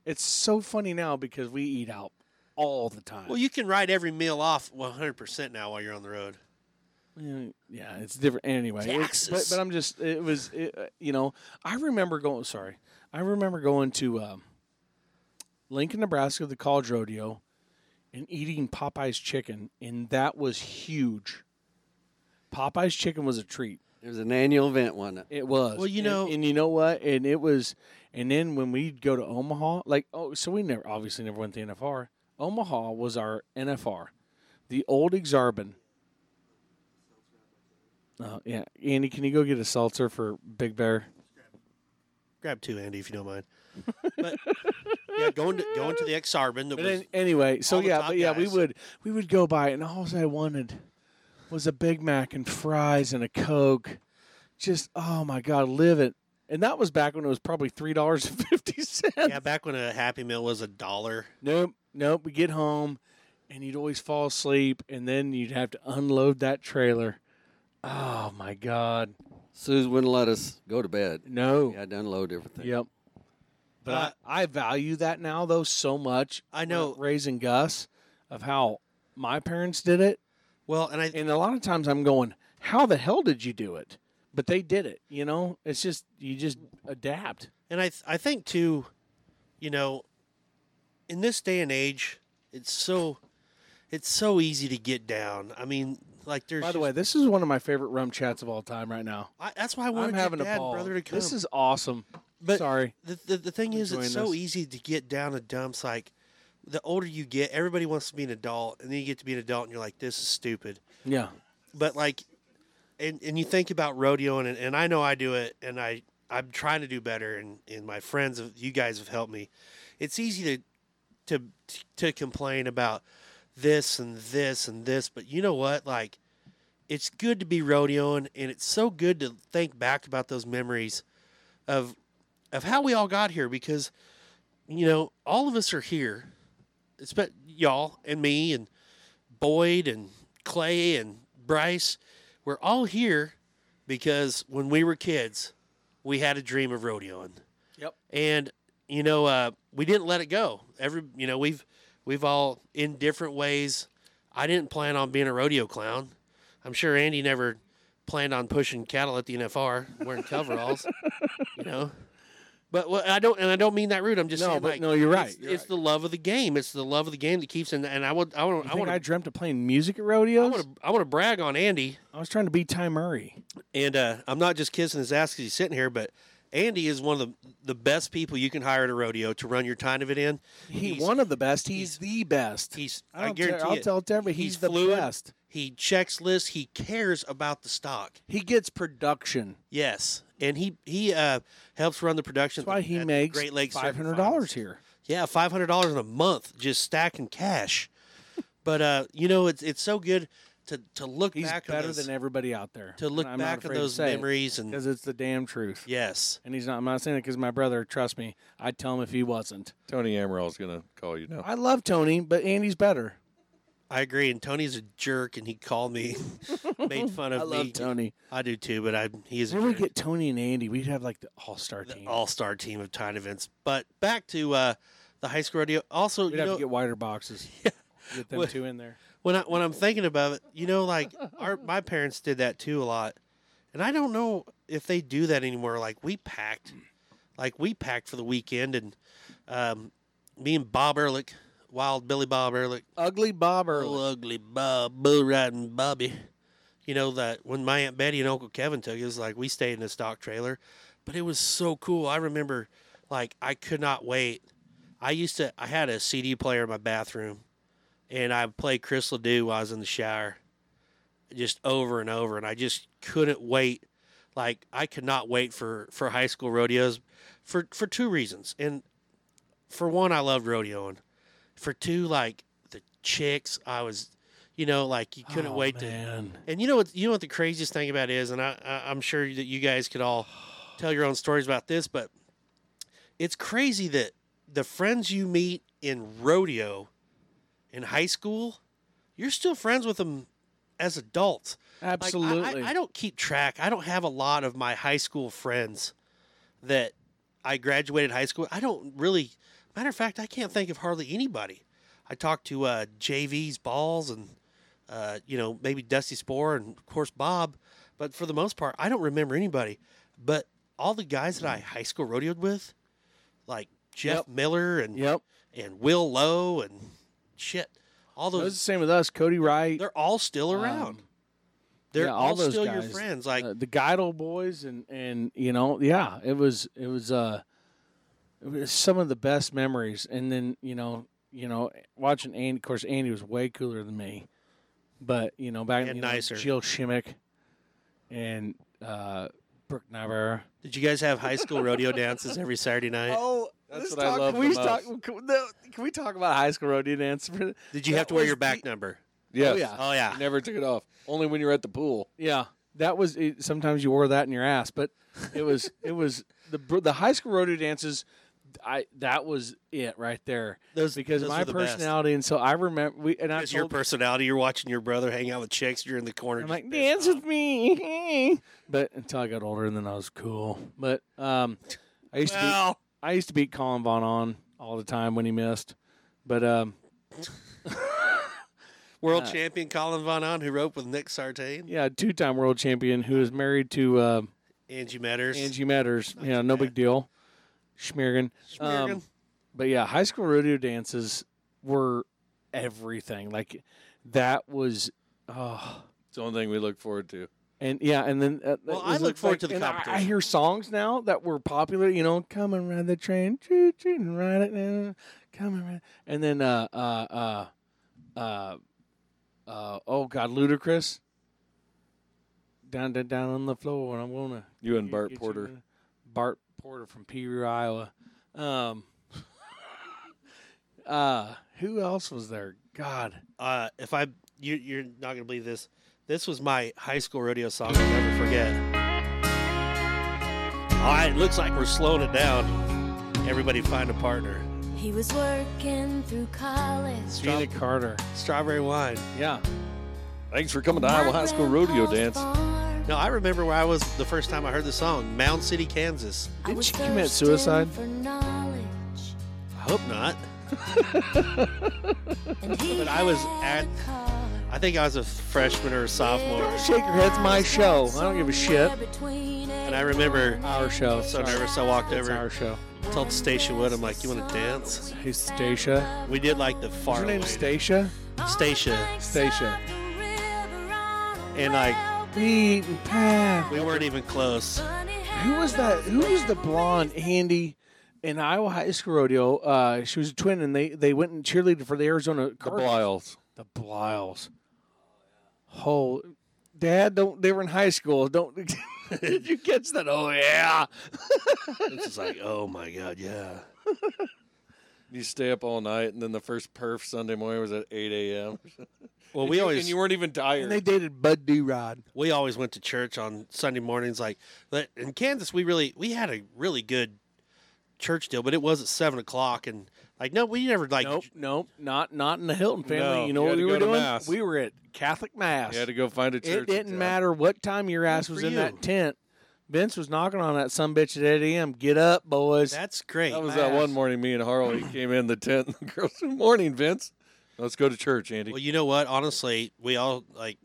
S7: it's so funny now because we eat out all the time.
S6: Well, you can write every meal off 100% now while you're on the road.
S7: Mm, Yeah, it's different. Anyway, it's-
S6: Taxes.
S7: but, but I'm just. It was. It, uh, you know, I remember going. Sorry, I remember going to um, Lincoln, Nebraska, the college rodeo, and eating Popeye's chicken, and that was huge. Popeye's chicken was a treat.
S10: It was an annual event, wasn't it?
S7: It was.
S6: Well, you
S7: And-
S6: know-
S7: and, you know what? And it was. And then when we'd go to Omaha, like oh, so we never obviously never went to NFR. Omaha was our NFR, the old Exarban. Oh yeah, Andy, can you go get a seltzer for Big Bear?
S6: Grab two, Andy, if you don't mind.
S7: *laughs*
S6: But yeah, going to going to the Exarban. That
S7: But
S6: was,
S7: an- anyway, so
S6: all the
S7: yeah,
S6: top
S7: but yeah, we
S6: guys.
S7: would we would go by, and all I wanted was a Big Mac and fries and a Coke. Just oh my God, live it! And that was back when it was probably three dollars and fifty cents.
S6: yeah, back when a Happy Meal was a dollar.
S7: Nope, nope. We get home, and you'd always fall asleep, and then you'd have to unload that trailer. Oh my God,
S10: Suze wouldn't let us go to bed.
S7: no.
S10: Yeah, I'd unload everything.
S7: Yep. But I, I value that now though so much.
S6: Uh, I know.
S7: raising Gus of how my parents did it,
S6: Well, and I
S7: and a lot of times I'm going, how the hell did you do it? But they did it. You know, it's just you just adapt.
S6: and I th- I think too, you know, in this day and age, it's so it's so easy to get down. I mean, like there's
S7: By the
S6: just-
S7: way, this is one of my favorite rum chats of all time right now.
S6: I, that's why I wanted
S7: I'm having
S6: your
S7: a
S6: dad,
S7: ball.
S6: brother, to come.
S7: This is awesome.
S6: But-
S7: Sorry.
S6: the, the, the thing is, it's
S7: enjoying
S6: so
S7: this.
S6: easy to get down a dumps. Like the older you get, everybody wants to be an adult, and then you get to be an adult, and you're like, this is stupid.
S7: Yeah.
S6: But like, and and you think about rodeoing, and, and I know I do it, and I I'm trying to do better, and and my friends, have- you guys have helped me. It's easy to to to complain about this and this and this, but you know what, like. It's good to be rodeoing, and it's so good to think back about those memories of of how we all got here because you know all of us are here it's but y'all and me and boyd and clay and bryce we're all here because when we were kids we had a dream of rodeoing
S7: Yep.
S6: and you know uh, we didn't let it go every you know we've we've all in different ways i didn't plan on being a rodeo clown i'm sure andy never planned on pushing cattle at the nfr wearing coveralls *laughs* you know but well, I don't, and I don't mean that rude. I'm just
S7: No,
S6: saying,
S7: but
S6: like,
S7: no, you're
S6: it's-
S7: right,
S6: It's,
S7: you're right.
S6: the love of the game. It's the love of the game that keeps. And and I would, I want,
S7: You
S6: I
S7: think
S6: want,
S7: I
S6: to,
S7: dreamt of playing music at
S6: I
S7: rodeos.
S6: want to, I want to brag on Andy.
S7: I was trying to be Ty Murray.
S6: And uh, I'm not just kissing his ass because he's sitting here, but Andy is one of the the best people you can hire at a rodeo to run your time of it in.
S7: He
S6: He's-
S7: one of the best. He's, the best.
S6: He's,
S7: I
S6: I,
S7: don't care-
S6: guarantee
S7: I'll
S6: it.
S7: tell everybody he's the
S6: fluid.
S7: best.
S6: He checks lists. He cares about the stock.
S7: he gets production.
S6: Yes, and he he uh, helps run the production.
S7: That's why he makes
S6: Great Lakes
S7: five
S6: Circuit
S7: hundred
S6: Finals.
S7: dollars here.
S6: Yeah, five hundred dollars in a month just stacking
S7: *laughs*
S6: cash. but uh, you know, it's it's so good to to look
S7: He's
S6: back on
S7: better
S6: those,
S7: than everybody out there.
S6: to look back on those memories and
S7: because it's the damn truth.
S6: yes.
S7: And he's not. I'm not saying it because my brother. Trust me, I'd tell him if he wasn't.
S3: Tony Amaril's gonna call you now.
S7: I love Tony, but Andy's better.
S6: I agree, and Tony's a jerk, and he called me, *laughs*
S7: *laughs*
S6: made fun of
S7: I love
S6: me.
S7: Tony.
S6: I do too, but I he is a
S7: When we
S6: jerk.
S7: get Tony and Andy, we'd have like the all-star team.
S6: all star team of time events. But back to uh, the the high school rodeo. Also,
S7: We'd
S6: you
S7: have
S6: know,
S7: to get wider
S6: *laughs*
S7: boxes. Get them
S6: Well-
S7: two in there.
S6: when I
S7: *laughs*
S6: when I'm thinking about it, you know, like our my parents did that too a lot, and I don't know if they do that anymore. Like we packed, like we packed for the weekend, and um, me and Bob Ehrlich, Wild Billy Bob Ehrlich,
S7: Ugly Bob Earl.
S6: little ugly Bob, bull riding Bobby. You know that when my aunt Betty and Uncle Kevin took, it was like we stayed in a stock trailer, but it was so cool. I remember, like I could not wait. I used to, I had a CD player in my bathroom, and I played Chris Ledoux while I was in the shower, just over and over, and I just couldn't wait. Like I could not wait for for high school rodeos, for for two reasons, and for one, I loved rodeoing for two like the chicks i was you know like you couldn't
S7: Oh,
S6: wait to and you know what you know what the craziest thing about it is and I, I i'm sure that you guys could all tell your own stories about this but it's crazy that the friends you meet in rodeo in high school you're still friends with them as adults like, I-
S7: Absolutely.
S6: I, I, don't keep track. I don't have a lot of my high school friends that I graduated high school. I don't really. Matter of fact, I can't think of hardly anybody. I talked to uh, JV's balls and uh, you know maybe Dusty Spore and of course Bob, but for the most part, I don't remember anybody. But all the guys that I high school rodeoed with, like Jeff
S7: Yep.
S6: Miller and
S7: Yep.
S6: and Will Lowe and shit, all
S7: It was
S6: those
S7: the same with us. Cody Wright.
S6: they're all still around. They're
S7: Um, yeah,
S6: all,
S7: all those
S6: still your
S7: guys.
S6: friends. Like
S7: uh, the Geidel boys and and you know yeah it was it was uh it was some of the best memories and then you know you know watching Andy of course Andy was way cooler than me but you know back
S6: And
S7: you know,
S6: nicer.
S7: Jill Shimmick and uh Brooke Navarro
S6: Did you guys have high school rodeo dances every Saturday night?
S7: oh
S3: That's let's what I talk- love
S7: can
S3: can
S7: we
S3: we the talk-
S7: can we talk about high school rodeo dance
S3: *laughs*
S6: Did you have to wear your back number?
S3: Yes.
S7: oh yeah
S6: Oh yeah.
S3: You never took it off. Only when you're at the pool.
S7: Yeah, that was. It, sometimes you wore that in your ass, but it
S6: *laughs*
S7: was it was the br- the high school rodeo dances. I that was it right there.
S6: Those-
S7: because
S6: those
S7: my
S6: were the best.
S7: personality, and so I remember we and I
S6: It's your
S7: told,
S6: personality. You're watching your brother hang out with chicks. You're in the corner.
S7: I'm
S6: just
S7: like
S6: pissed
S7: dance
S6: off.
S7: with me, *laughs* but until I got older, and then I was cool. But um, I used to
S6: Well,
S7: be, I used to beat Colin Vaughn on all the time when he missed, but um,
S6: world champion Colin Von On, who roped with Nick Sartain,
S7: yeah, two time world champion who is married to uh,
S6: Angie Metters.
S7: Angie Matters. Yeah, no big deal. Schmiergen.
S6: Schmiergen.
S7: but yeah, high school rodeo dances were everything. Like that was, oh,
S3: It's the only thing we look forward to.
S7: and yeah, and then uh,
S6: Well,
S7: it
S6: I
S7: was
S6: look forward to the
S7: and I- I,
S6: competition.
S7: hear songs now that were popular. You know, come and ride the train, choo choo, and ride it, now. come and ride. And then, uh, uh, uh, uh, uh, oh God, Ludacris. Down, down, down on the floor, and I'm gonna
S3: You and
S7: Get-
S3: Bart
S7: get you
S3: Porter.
S7: in- Bart Porter from Peoria, Iowa. Um, *laughs* uh, who else was there? God,
S6: Uh, if I you, you're not gonna believe this. This was my high school rodeo song. I'll never forget. All right, looks like we're slowing it down. Everybody find a partner.
S12: He was working through college.
S7: Gina Carter.
S6: Strawberry wine.
S7: Yeah,
S3: Thanks for coming to Iowa High School Rodeo Dance.
S6: No, I remember where I was the first time I heard the song, Mound City, Kansas.
S12: Did
S7: she commit suicide?
S6: I hope not.
S12: but
S3: *laughs*
S6: But I was at- I think I was a freshman or a sophomore,
S7: shake your heads. My show. I don't give a shit.
S6: and I remember
S7: Our show.
S6: so
S7: Sorry.
S6: nervous I walked
S7: It's our
S6: over,
S7: show.
S6: told Stacia Wood, I'm like, "You want to dance?"
S7: Hey, Stacia.
S6: We did like the
S7: Is
S6: far
S7: her name
S6: away-
S7: Stacia?
S6: Stacia,
S7: Stacia.
S6: and like
S7: Beaten path.
S6: we weren't even close.
S7: Who was that? Who was the blonde Handy in Iowa High School Rodeo? Uh, she was a twin, and they they went and cheerleaded for the Arizona
S3: The
S7: Cardinals.
S3: Bliles.
S7: The Bliles. Oh, Dad, don't. They were in high school. Don't. *laughs* Did you catch that? Oh yeah.
S6: It's just like, oh my god, yeah.
S3: You stay up all night, and then the first perf Sunday morning was at 8 a.m.
S6: Well,
S3: And
S6: we
S3: you-
S6: always
S3: and you weren't even tired.
S7: And they dated Bud D. Rod.
S6: we always went to church on Sunday mornings. Like but in Kansas, we really we had a really good church deal, but it was at seven o'clock, and like no, we never like
S7: Nope, nope, not not in the Hilton family.
S3: No,
S7: you know
S3: you
S7: what
S3: had
S7: we
S3: to
S7: were
S3: go to
S7: doing?
S3: mass.
S7: We were at Catholic mass.
S3: you had to go find a church.
S7: it
S3: in
S7: didn't
S3: town.
S7: matter what time your ass was
S6: for
S7: in
S6: you.
S7: that tent. Vince was knocking on that some bitch at 8 a.m. Get up, boys.
S6: That's great.
S3: That was that one morning me and Harold he came in the tent *laughs* and the girls said, Morning, Vince. Let's go to church, Andy.
S6: Well, you know what? Honestly, we all like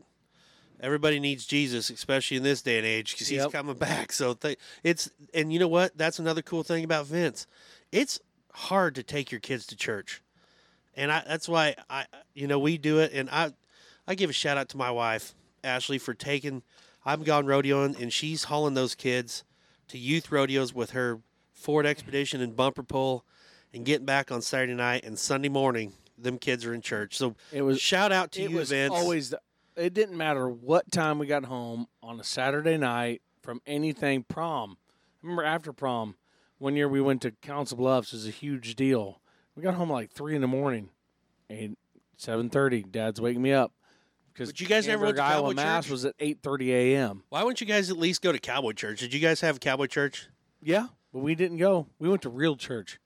S6: everybody needs Jesus, especially in this day and age, because he's
S7: Yep.
S6: coming back. So th- it's and you know what? That's another cool thing about Vince. It's hard to take your kids to church, and I that's why I you know we do it, and I I give a shout out to my wife Ashley for taking. I'm gone rodeoing, and she's hauling those kids to youth rodeos with her Ford Expedition and bumper pull, and getting back on Saturday night and Sunday morning. Them kids are in church, so
S7: It was-
S6: shout out to
S7: it
S6: you,
S7: was
S6: Vince.
S7: always. The, it didn't matter what time we got home on a Saturday night from anything prom. I remember after prom, one year we went to Council Bluffs. It was a huge deal. We got home like three in the morning, and seven thirty. Dad's waking me up because
S6: But you guys never went to
S7: Iowa
S6: Cowboy
S7: Mass
S6: Church?
S7: was at eight thirty a.m.
S6: Why wouldn't you guys at least go to Cowboy Church? Did you guys have Cowboy Church?
S7: Yeah, but we didn't go. We went to real church.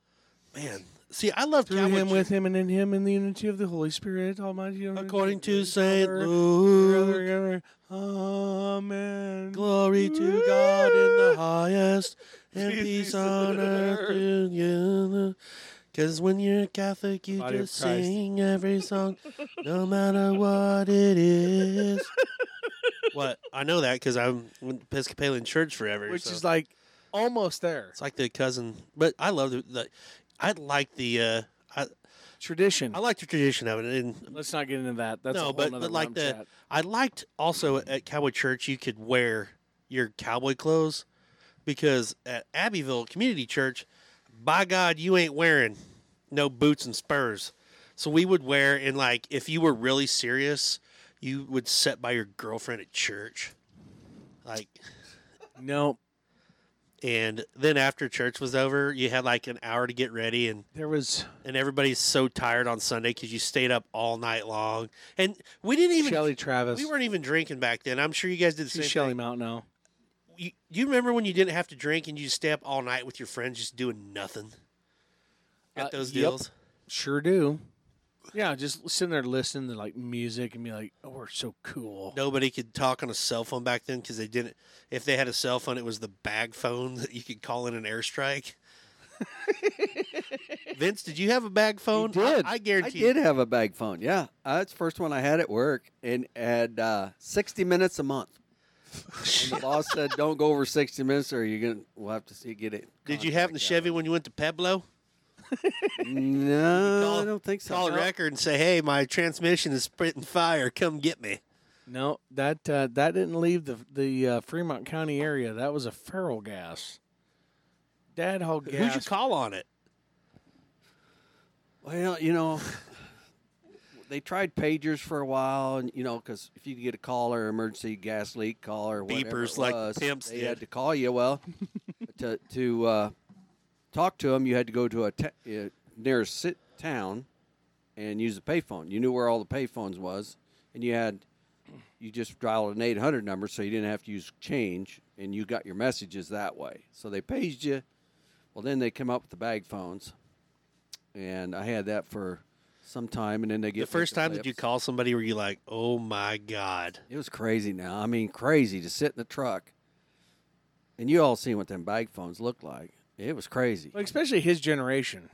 S6: Man, see, I love
S7: Through
S6: Cowboy
S7: him,
S6: Church.
S7: with him, and in him, in the unity of the Holy Spirit, Almighty.
S6: According to Saint
S7: Father,
S6: Luke,
S7: Amen.
S6: glory to God in the highest, and peace on earth to you. Because when you're Catholic, you
S7: Body of
S6: just
S7: Christ.
S6: sing every song,
S7: *laughs*
S6: no matter what it is. what I know that because I'm in Episcopalian church forever,
S7: which
S6: so.
S7: is like almost there.
S6: it's like the cousin. But I love the, the I like the uh, I
S7: Tradition.
S6: I like the tradition of it, and
S7: Let's not get into that. That's a
S6: no,
S7: whole
S6: but,
S7: nother
S6: but like
S7: rum
S6: the
S7: chat.
S6: I liked also at Cowboy Church you could wear your cowboy clothes because at Abbeville Community Church, by God, you ain't wearing no boots and spurs. So we would wear and like if you were really serious, you would sit by your girlfriend at church. Like
S7: no.
S6: and then after church was over, you had like an hour to get ready and
S7: There was
S6: and everybody's so tired on Sunday because you stayed up all night long. And we didn't even
S7: Shelly Travis.
S6: we weren't even drinking back then. I'm sure you guys did the same.
S7: She's Shelly
S6: thing.
S7: Mount now.
S6: You, you remember when you didn't have to drink and you just stay up all night with your friends just doing nothing at
S7: Uh,
S6: those
S7: yep.
S6: deals?
S7: Sure do. Yeah, just sitting there listening to like music and be like, "Oh, we're so cool."
S6: Nobody could talk on a cell phone back then because they didn't. If they had a cell phone, it was the bag phone that you could call in an airstrike. Vince, did you have a bag phone? I-
S10: did.
S6: I, guarantee.
S10: I did have a bag phone. Yeah, uh, that's the first one I had at work, and had uh, sixty minutes a month. and the boss
S6: *laughs*
S10: said, "Don't go over sixty minutes, or you're gonna we'll have to see get it."
S6: Did you have the Chevy when you went to Pueblo?
S10: No,
S6: Call-
S10: I don't think so.
S6: Call a
S10: No.
S6: record and say, "Hey, my transmission is spitting fire. Come get me."
S7: No, that uh, that didn't leave the the uh, Fremont County area. That was a feral gas. Dad hauled gas.
S6: Who'd you call on it?
S10: Well, you know, they tried pagers for a while, and you know, because if you could get a call or emergency gas leak call or whatever it
S6: Beepers like the
S10: was,
S6: pimps
S10: they
S6: did.
S10: had to call you. Well, *laughs* to to uh, talk to them, you had to go to a ta- uh, nearest sit town and use a payphone. You knew where all the payphones was, and you had you just dialed an eight hundred number, so you didn't have to use change, and you got your messages that way. So they paged you. Well, then they come up with the bag phones, and I had that for some time, and then they get
S6: the first time that
S10: that
S6: you call somebody were you like oh my god
S10: It was crazy. Now, I mean, crazy to sit in the truck, and you all seen what them bag phones look like. It was crazy.
S7: Like, especially his generation.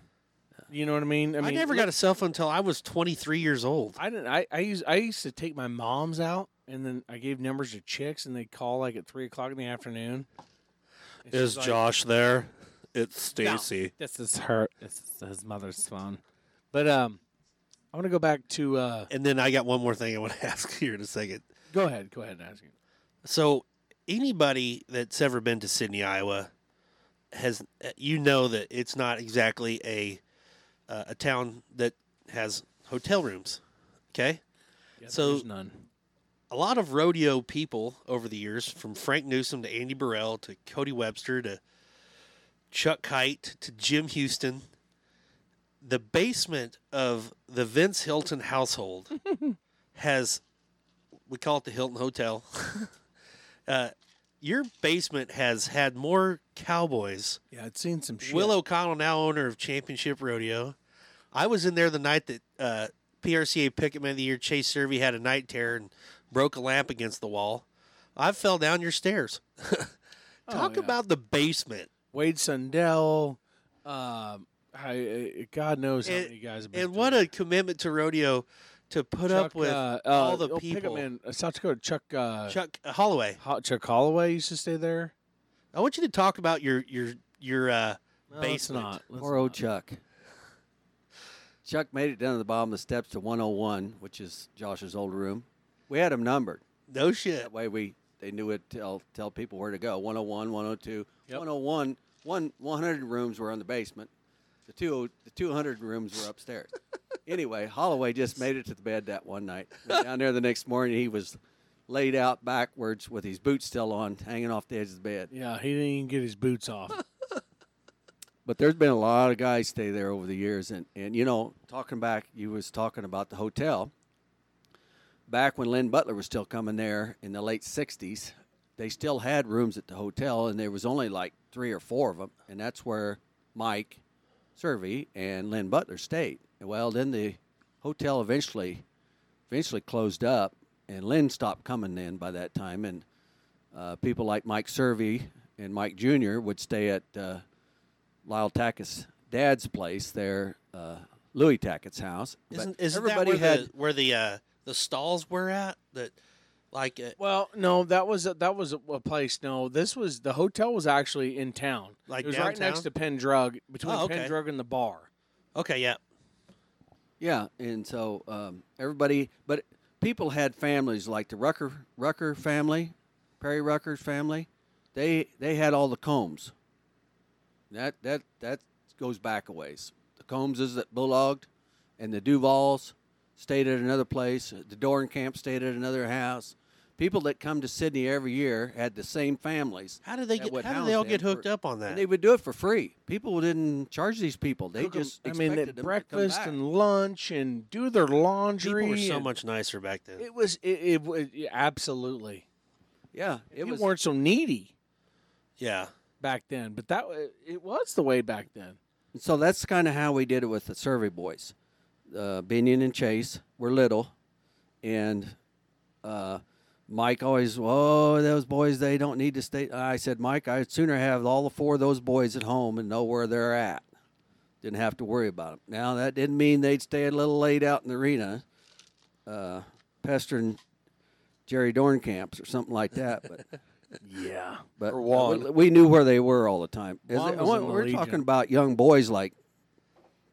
S7: You know what I mean?
S6: i,
S7: mean,
S6: never got a cell phone until i was 23 years old
S7: I didn't. I, I used I used to take my mom's out, and then I gave numbers to chicks, and they would call like at three o'clock in the afternoon. And she's like,
S6: there it's stacy
S7: This is her. This is his mother's phone. But um, I want to go back to. Uh,
S6: and then i got one more thing i want to *laughs* ask here in a second
S7: go ahead. Go ahead and ask. him.
S6: so anybody that's ever been to sydney iowa has uh, you know that it's not exactly a uh, a town that has hotel rooms okay
S7: Yeah,
S6: So-
S7: there's none.
S6: a lot of rodeo people over the years, from Frank Newsom to Andy Burrell to Cody Webster to Chuck Kite to Jim Houston, the basement of the Vince Hilton household has, we call it the Hilton Hotel. *laughs* uh, your basement has had more cowboys
S7: Yeah, I'd seen some shit.
S6: Will O'Connell, now owner of Championship Rodeo. I was in there the night that uh, PRCA Picket Man of the Year Chase Servey had a night terror and broke a lamp against the wall. I fell down your stairs. *laughs*
S7: Oh,
S6: Talk
S7: yeah.
S6: about the basement.
S7: Wade Sundell. Um, I, I- God knows how
S6: And-
S7: many guys. Have been
S6: And
S7: through
S6: what
S7: there.
S6: a commitment to rodeo to put up
S7: Chuck,
S6: with
S7: uh, uh,
S6: all the
S7: oh,
S6: people.
S7: Pickup man, uh, South Dakota. Chuck. Uh, Chuck.
S6: Chuck Holloway.
S7: Chuck Holloway used to stay there.
S6: I want you to talk about your your your uh,
S7: No, let's
S6: basement.
S7: not. Let's
S10: Poor old Chuck. Chuck made it down to the bottom of the steps to 101, which is Josh's old room. We had him numbered.
S6: No shit.
S10: That way we they knew it tell tell people where to go. 101, 102, 101. One 100 rooms were in the basement. The two the 200 rooms were upstairs. anyway, Holloway just made it to the bed that one night. Went down there the next morning, he was laid out backwards with his boots still on, hanging off the edge of the bed.
S7: Yeah, he didn't even get his boots off.
S10: But there's been a lot of guys stay there over the years, and and you know, talking back, you was talking about the hotel. Back when Lynn Butler was still coming there in the late '60s, they still had rooms at the hotel, and there was only like three or four of them, and that's where Mike, Servy, and Lynn Butler stayed. Well, then the hotel eventually, eventually closed up, and Lynn stopped coming in by that time, and uh, people like Mike Servy and Mike Jr. would stay at. Uh, Lyle Tackett's dad's place there, uh, Louis Tackett's house. But
S6: Isn't, isn't
S10: everybody
S6: that where
S10: had
S6: the, where the uh, the stalls were at? That like uh,
S7: *laughs* Well, no, that was a, that was a, a place. No, this was the hotel was actually in town.
S6: Like
S7: it was right
S6: downtown?
S7: next to Pendrug, between
S6: Oh, okay.
S7: Pendrug and the bar.
S6: okay, yeah,
S10: yeah, and so um, everybody, but people had families like the Rucker Rucker family, Perry Rucker's family. They they had all the Combs. That that that goes back a ways. The Combses that Bulldogged, and the Duvals stayed at another place. The Dorenkamp stayed at another house. People that come to Sydney every year had the same families.
S6: How did they
S10: that
S6: get-
S10: would
S6: how did
S10: house
S6: they all
S10: them
S6: get hooked
S10: for-
S6: up on that?
S10: And they would do it for free. People didn't charge these people. They
S7: Cook 'em-
S10: just
S7: I mean,
S10: expected
S7: they
S10: them to come
S7: breakfast
S10: back.
S7: and lunch and do their laundry.
S6: people were so
S7: and-
S6: much nicer back then.
S7: It was it, it, wa- yeah, absolutely.
S10: yeah,
S7: It
S10: it was
S7: weren't so needy
S6: yeah,
S7: back then, but that wa- it was the way back then.
S10: So that's kind of how we did it with the Survey Boys. Uh, Binion and Chase were little, and uh, Mike always, oh, those boys, they don't need to stay. I said, Mike, I'd sooner have all the four of those boys at home and know where they're at. Didn't have to worry about them. Now, that didn't mean they'd stay a little late out in the arena, uh, pestering Jerry Dornkamps or something like that. But
S7: Yeah,
S10: But
S7: Or Juan.
S10: we, we knew where they were all the time. Is
S7: Juan
S10: it-
S7: was
S10: we're-
S7: in the
S10: we're
S7: Legion.
S10: talking about young boys like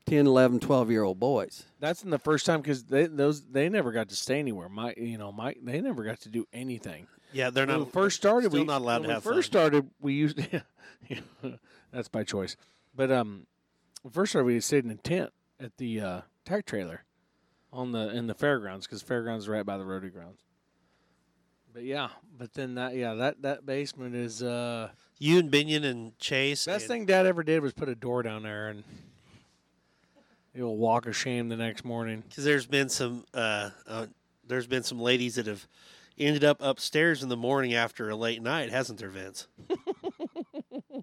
S10: 10, 11, 12 year old boys.
S7: that's in the first time because they those they never got to stay anywhere. My you know Mike they never got to do anything.
S6: yeah, they're
S7: when
S6: not
S7: we first started,
S6: still
S7: we
S6: not allowed
S7: when
S6: to
S7: we
S6: have
S7: first
S6: fun.
S7: started, we used *laughs* that's by choice. But um, when we first started, we stayed in a tent at the uh, tack trailer on the in the fairgrounds because fairgrounds are right by the rodeo grounds. But yeah, but then that yeah that that basement is uh
S6: you and Binion and Chase.
S7: best
S6: and-
S7: thing Dad ever did was put a door down there and you'll walk a shame the next morning.
S6: because there's been some uh, uh, there's been some ladies that have ended up upstairs in the morning after a late night, hasn't there, Vince? *laughs*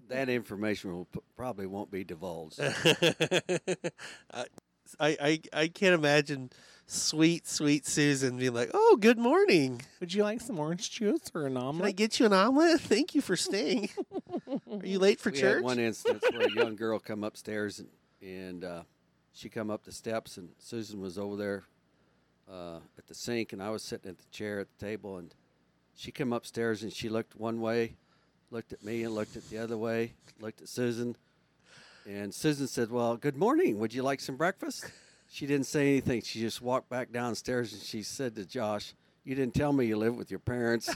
S10: That information will p- probably won't be divulged.
S6: I, I I can't imagine sweet sweet Susan being like, "Oh, good morning.
S7: Would you like some orange juice or an
S6: Can I
S7: omelet?
S6: get you an omelet? Thank you
S7: *laughs*
S6: for staying. Are you late for
S10: we
S6: church?"
S10: had one instance where a young girl come upstairs and, and uh, she come up the steps and Susan was over there uh, at the sink and I was sitting at the chair at the table and she come upstairs and she looked one way, looked at me and looked at the other way, looked at Susan, and Susan said, "Well, good morning. Would you like some breakfast?" She didn't say anything. She just walked back downstairs and she said to Josh, "You didn't tell me you live with your parents."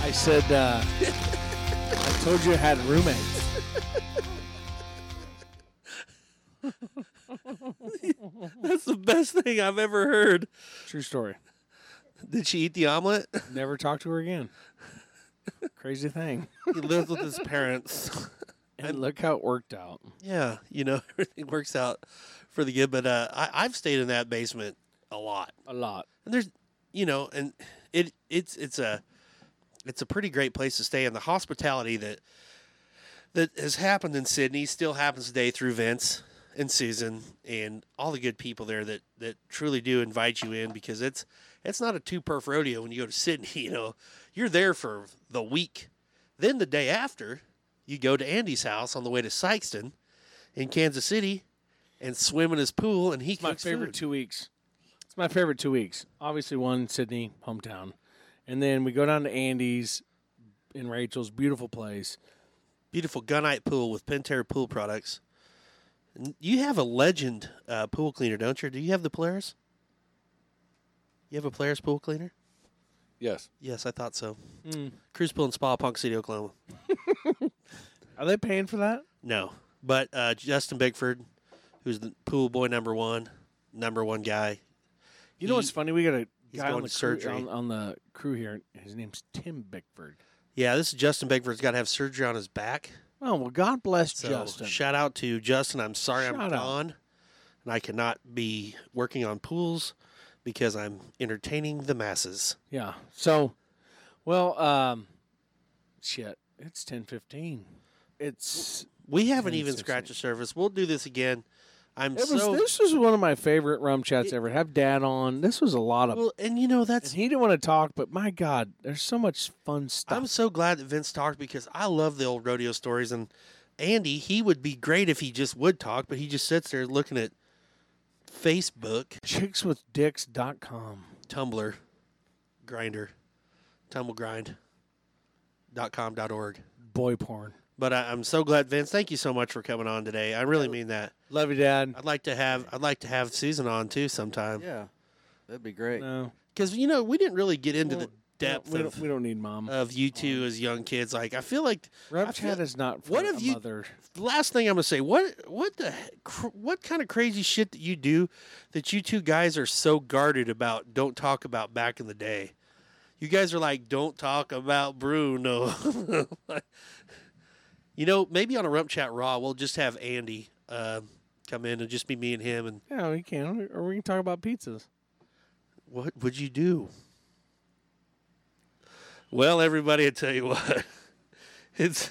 S7: I said uh, *laughs* I told you I had roommates.
S6: That's the best thing I've ever heard.
S7: True story.
S6: Did she eat the omelet? *laughs*
S7: Never talked to her again. Crazy thing.
S6: he lives with his parents. *laughs*
S7: And look how it worked out.
S6: yeah, you know *laughs* everything works out for the good. But uh, I, I've stayed in that basement a lot.
S7: A lot.
S6: and there's you know and it it's it's a it's a pretty great place to stay and the hospitality that that has happened in sydney still happens today through vince and Susan and all the good people there that that truly do invite you in because it's it's not a two perf rodeo when you go to Sydney. *laughs* You know, you're there for the week. Then the day after, you go to Andy's house on the way to Sykeston in Kansas City and swim in his pool, and he
S7: my
S6: cooks
S7: favorite
S6: food.
S7: two weeks. It's my favorite two weeks. Obviously, one Sydney hometown, and then we go down to Andy's and Rachel's beautiful place.
S6: beautiful gunite pool with Pentair pool products. N- You have a legend uh, pool cleaner, don't you? Do you have the Polaris? You have a Polaris pool cleaner?
S3: Yes.
S6: Yes, I thought so.
S7: Hmm.
S6: Cruise Pool and Spa, Punk City, Oklahoma.
S7: Are they paying for that?
S6: No, but uh, Justin Bigford, who's the pool boy number one, number one guy.
S7: You know
S6: He-
S7: what's funny? We got a
S6: he's
S7: guy
S6: going
S7: on
S6: to
S7: the, crew,
S6: surgery.
S7: on, on the crew here. His name's Tim Bickford.
S6: Yeah, this is Justin Bigford's got to have surgery on his back.
S7: Oh well, God bless
S6: So
S7: Justin.
S6: shout out to Justin. I'm sorry I'm
S7: Shout out.
S6: gone, and I cannot be working on pools because I'm entertaining the masses.
S7: yeah. So, well, um, shit. It's ten fifteen. It's
S6: We haven't
S7: Ten
S6: even
S7: six
S6: scratched the surface. We'll do this again. I'm
S7: it was.
S6: so
S7: this was one of my favorite rum chats ever. Have Dad on. This was a lot of
S6: well, and you know
S7: And
S6: that's.
S7: he didn't want to talk, but my God, there's so much fun stuff.
S6: I'm so glad that Vince talked because I love the old rodeo stories and Andy. He would be great if he just would talk, but he just sits there looking at Facebook,
S7: Chickswithdicks.com.
S6: Tumblr, Grinder, TumbleGrind.com.org.
S7: Boy porn.
S6: But I, I'm so glad, Vince. Thank you so much for coming on today. I really mean that.
S7: Love you, Dad.
S6: I'd like to have I'd like to have Susan on too sometime
S10: Yeah, that'd be great.
S7: Uh, No.
S6: because you know we didn't really get into
S7: Well,
S6: the depth
S7: we,
S6: of,
S7: don't, we don't need mom.
S6: of you two as young kids. Like I feel like I
S7: Rub
S6: feel-
S7: chat is not for
S6: what
S7: a
S6: have you-
S7: mother.
S6: the last thing I'm gonna say what what the he- cr- what kind of crazy shit that you do that you two guys are so guarded about don't talk about back in the day. You guys are like don't talk about Bruno. *laughs* you know maybe on a Rump Chat Raw we'll just have Andy uh, come in and just be me and him and
S7: Yeah, we can. Or we can talk about pizzas.
S6: What would you do? Well, everybody, I tell you what, *laughs* it's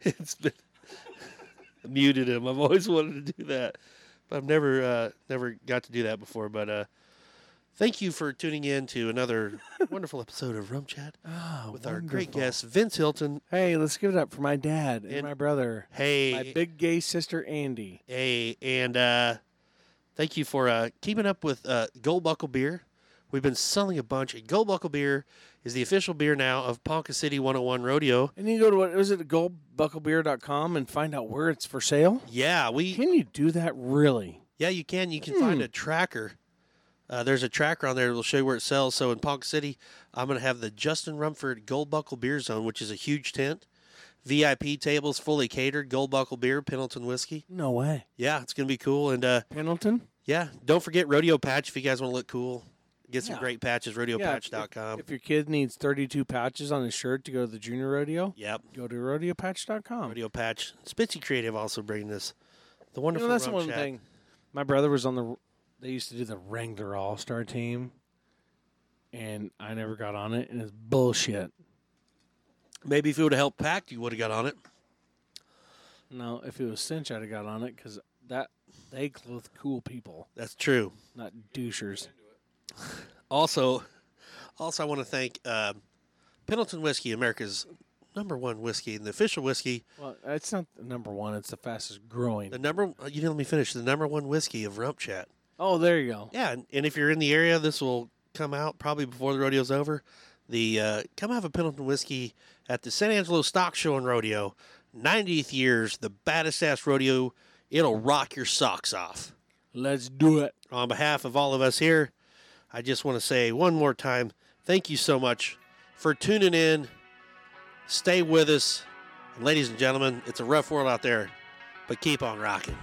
S6: it's been *laughs* I muted him. I've always wanted to do that, but I've never uh, never got to do that before. But uh, thank you for tuning in to another *laughs* wonderful episode of Rum Chat with our great guest Vince Hilton.
S7: Hey, let's give it up for my dad and,
S6: And-
S7: my brother,
S6: Hey,
S7: my big gay sister, Andy.
S6: Hey, and uh, thank you for uh, keeping up with uh, Gold Buckle Beer. We've been selling a bunch. And Gold Buckle Beer is the official beer now of Ponca City 101 Rodeo.
S7: And you go to what is it, goldbucklebeer.com and find out where it's for sale?
S6: Yeah, we
S7: Can you do that really?
S6: yeah you can you can find a tracker. Uh, there's a tracker on there that will show you where it sells. So in Ponca City, I'm gonna have the Justin Rumford Gold Buckle Beer Zone, which is a huge tent, VIP tables fully catered, Gold Buckle Beer, Pendleton whiskey.
S7: No way.
S6: Yeah, it's gonna be cool. And uh,
S7: Pendleton?
S6: Yeah. Don't forget rodeo patch if you guys want to look cool. Get some
S7: Yeah.
S6: great patches,
S7: Yeah, if-
S6: rodeopatch.com.
S7: If your kid needs 32 patches on his shirt to go to the junior rodeo,
S6: yep.
S7: go to rodeopatch.com.
S6: Rodeo patch. Spitzy Creative also bringing this. The
S7: You
S6: wonderful
S7: know, that's the
S6: Rump
S7: one
S6: Chat.
S7: thing. My brother was on the, they used to do the Wrangler All Star team, and I never got on it, and it's bullshit.
S6: Maybe if you would have helped pack, you would have got on it.
S7: No, if it was cinch, I'd have got on it because that they clothe cool people,
S6: That's true.
S7: not douchers.
S6: Also, also I want to thank uh, Pendleton Whiskey, America's number one whiskey, and the official whiskey,
S7: Well, it's not the number one; it's the fastest growing.
S6: the number. uh, You didn't let me finish. The number one whiskey of Rump Chat.
S7: Oh, there you go.
S6: Yeah, and, and if you're in the area, this will come out probably before the rodeo's over. The uh, come have a Pendleton whiskey at the San Angelo Stock Show and Rodeo, 90th years, the baddest ass rodeo. It'll rock your socks off.
S7: Let's do it.
S6: On behalf of all of us here, I just want to say one more time, thank you so much for tuning in. Stay with us, and ladies and gentlemen. It's a rough world out there, but keep on rocking.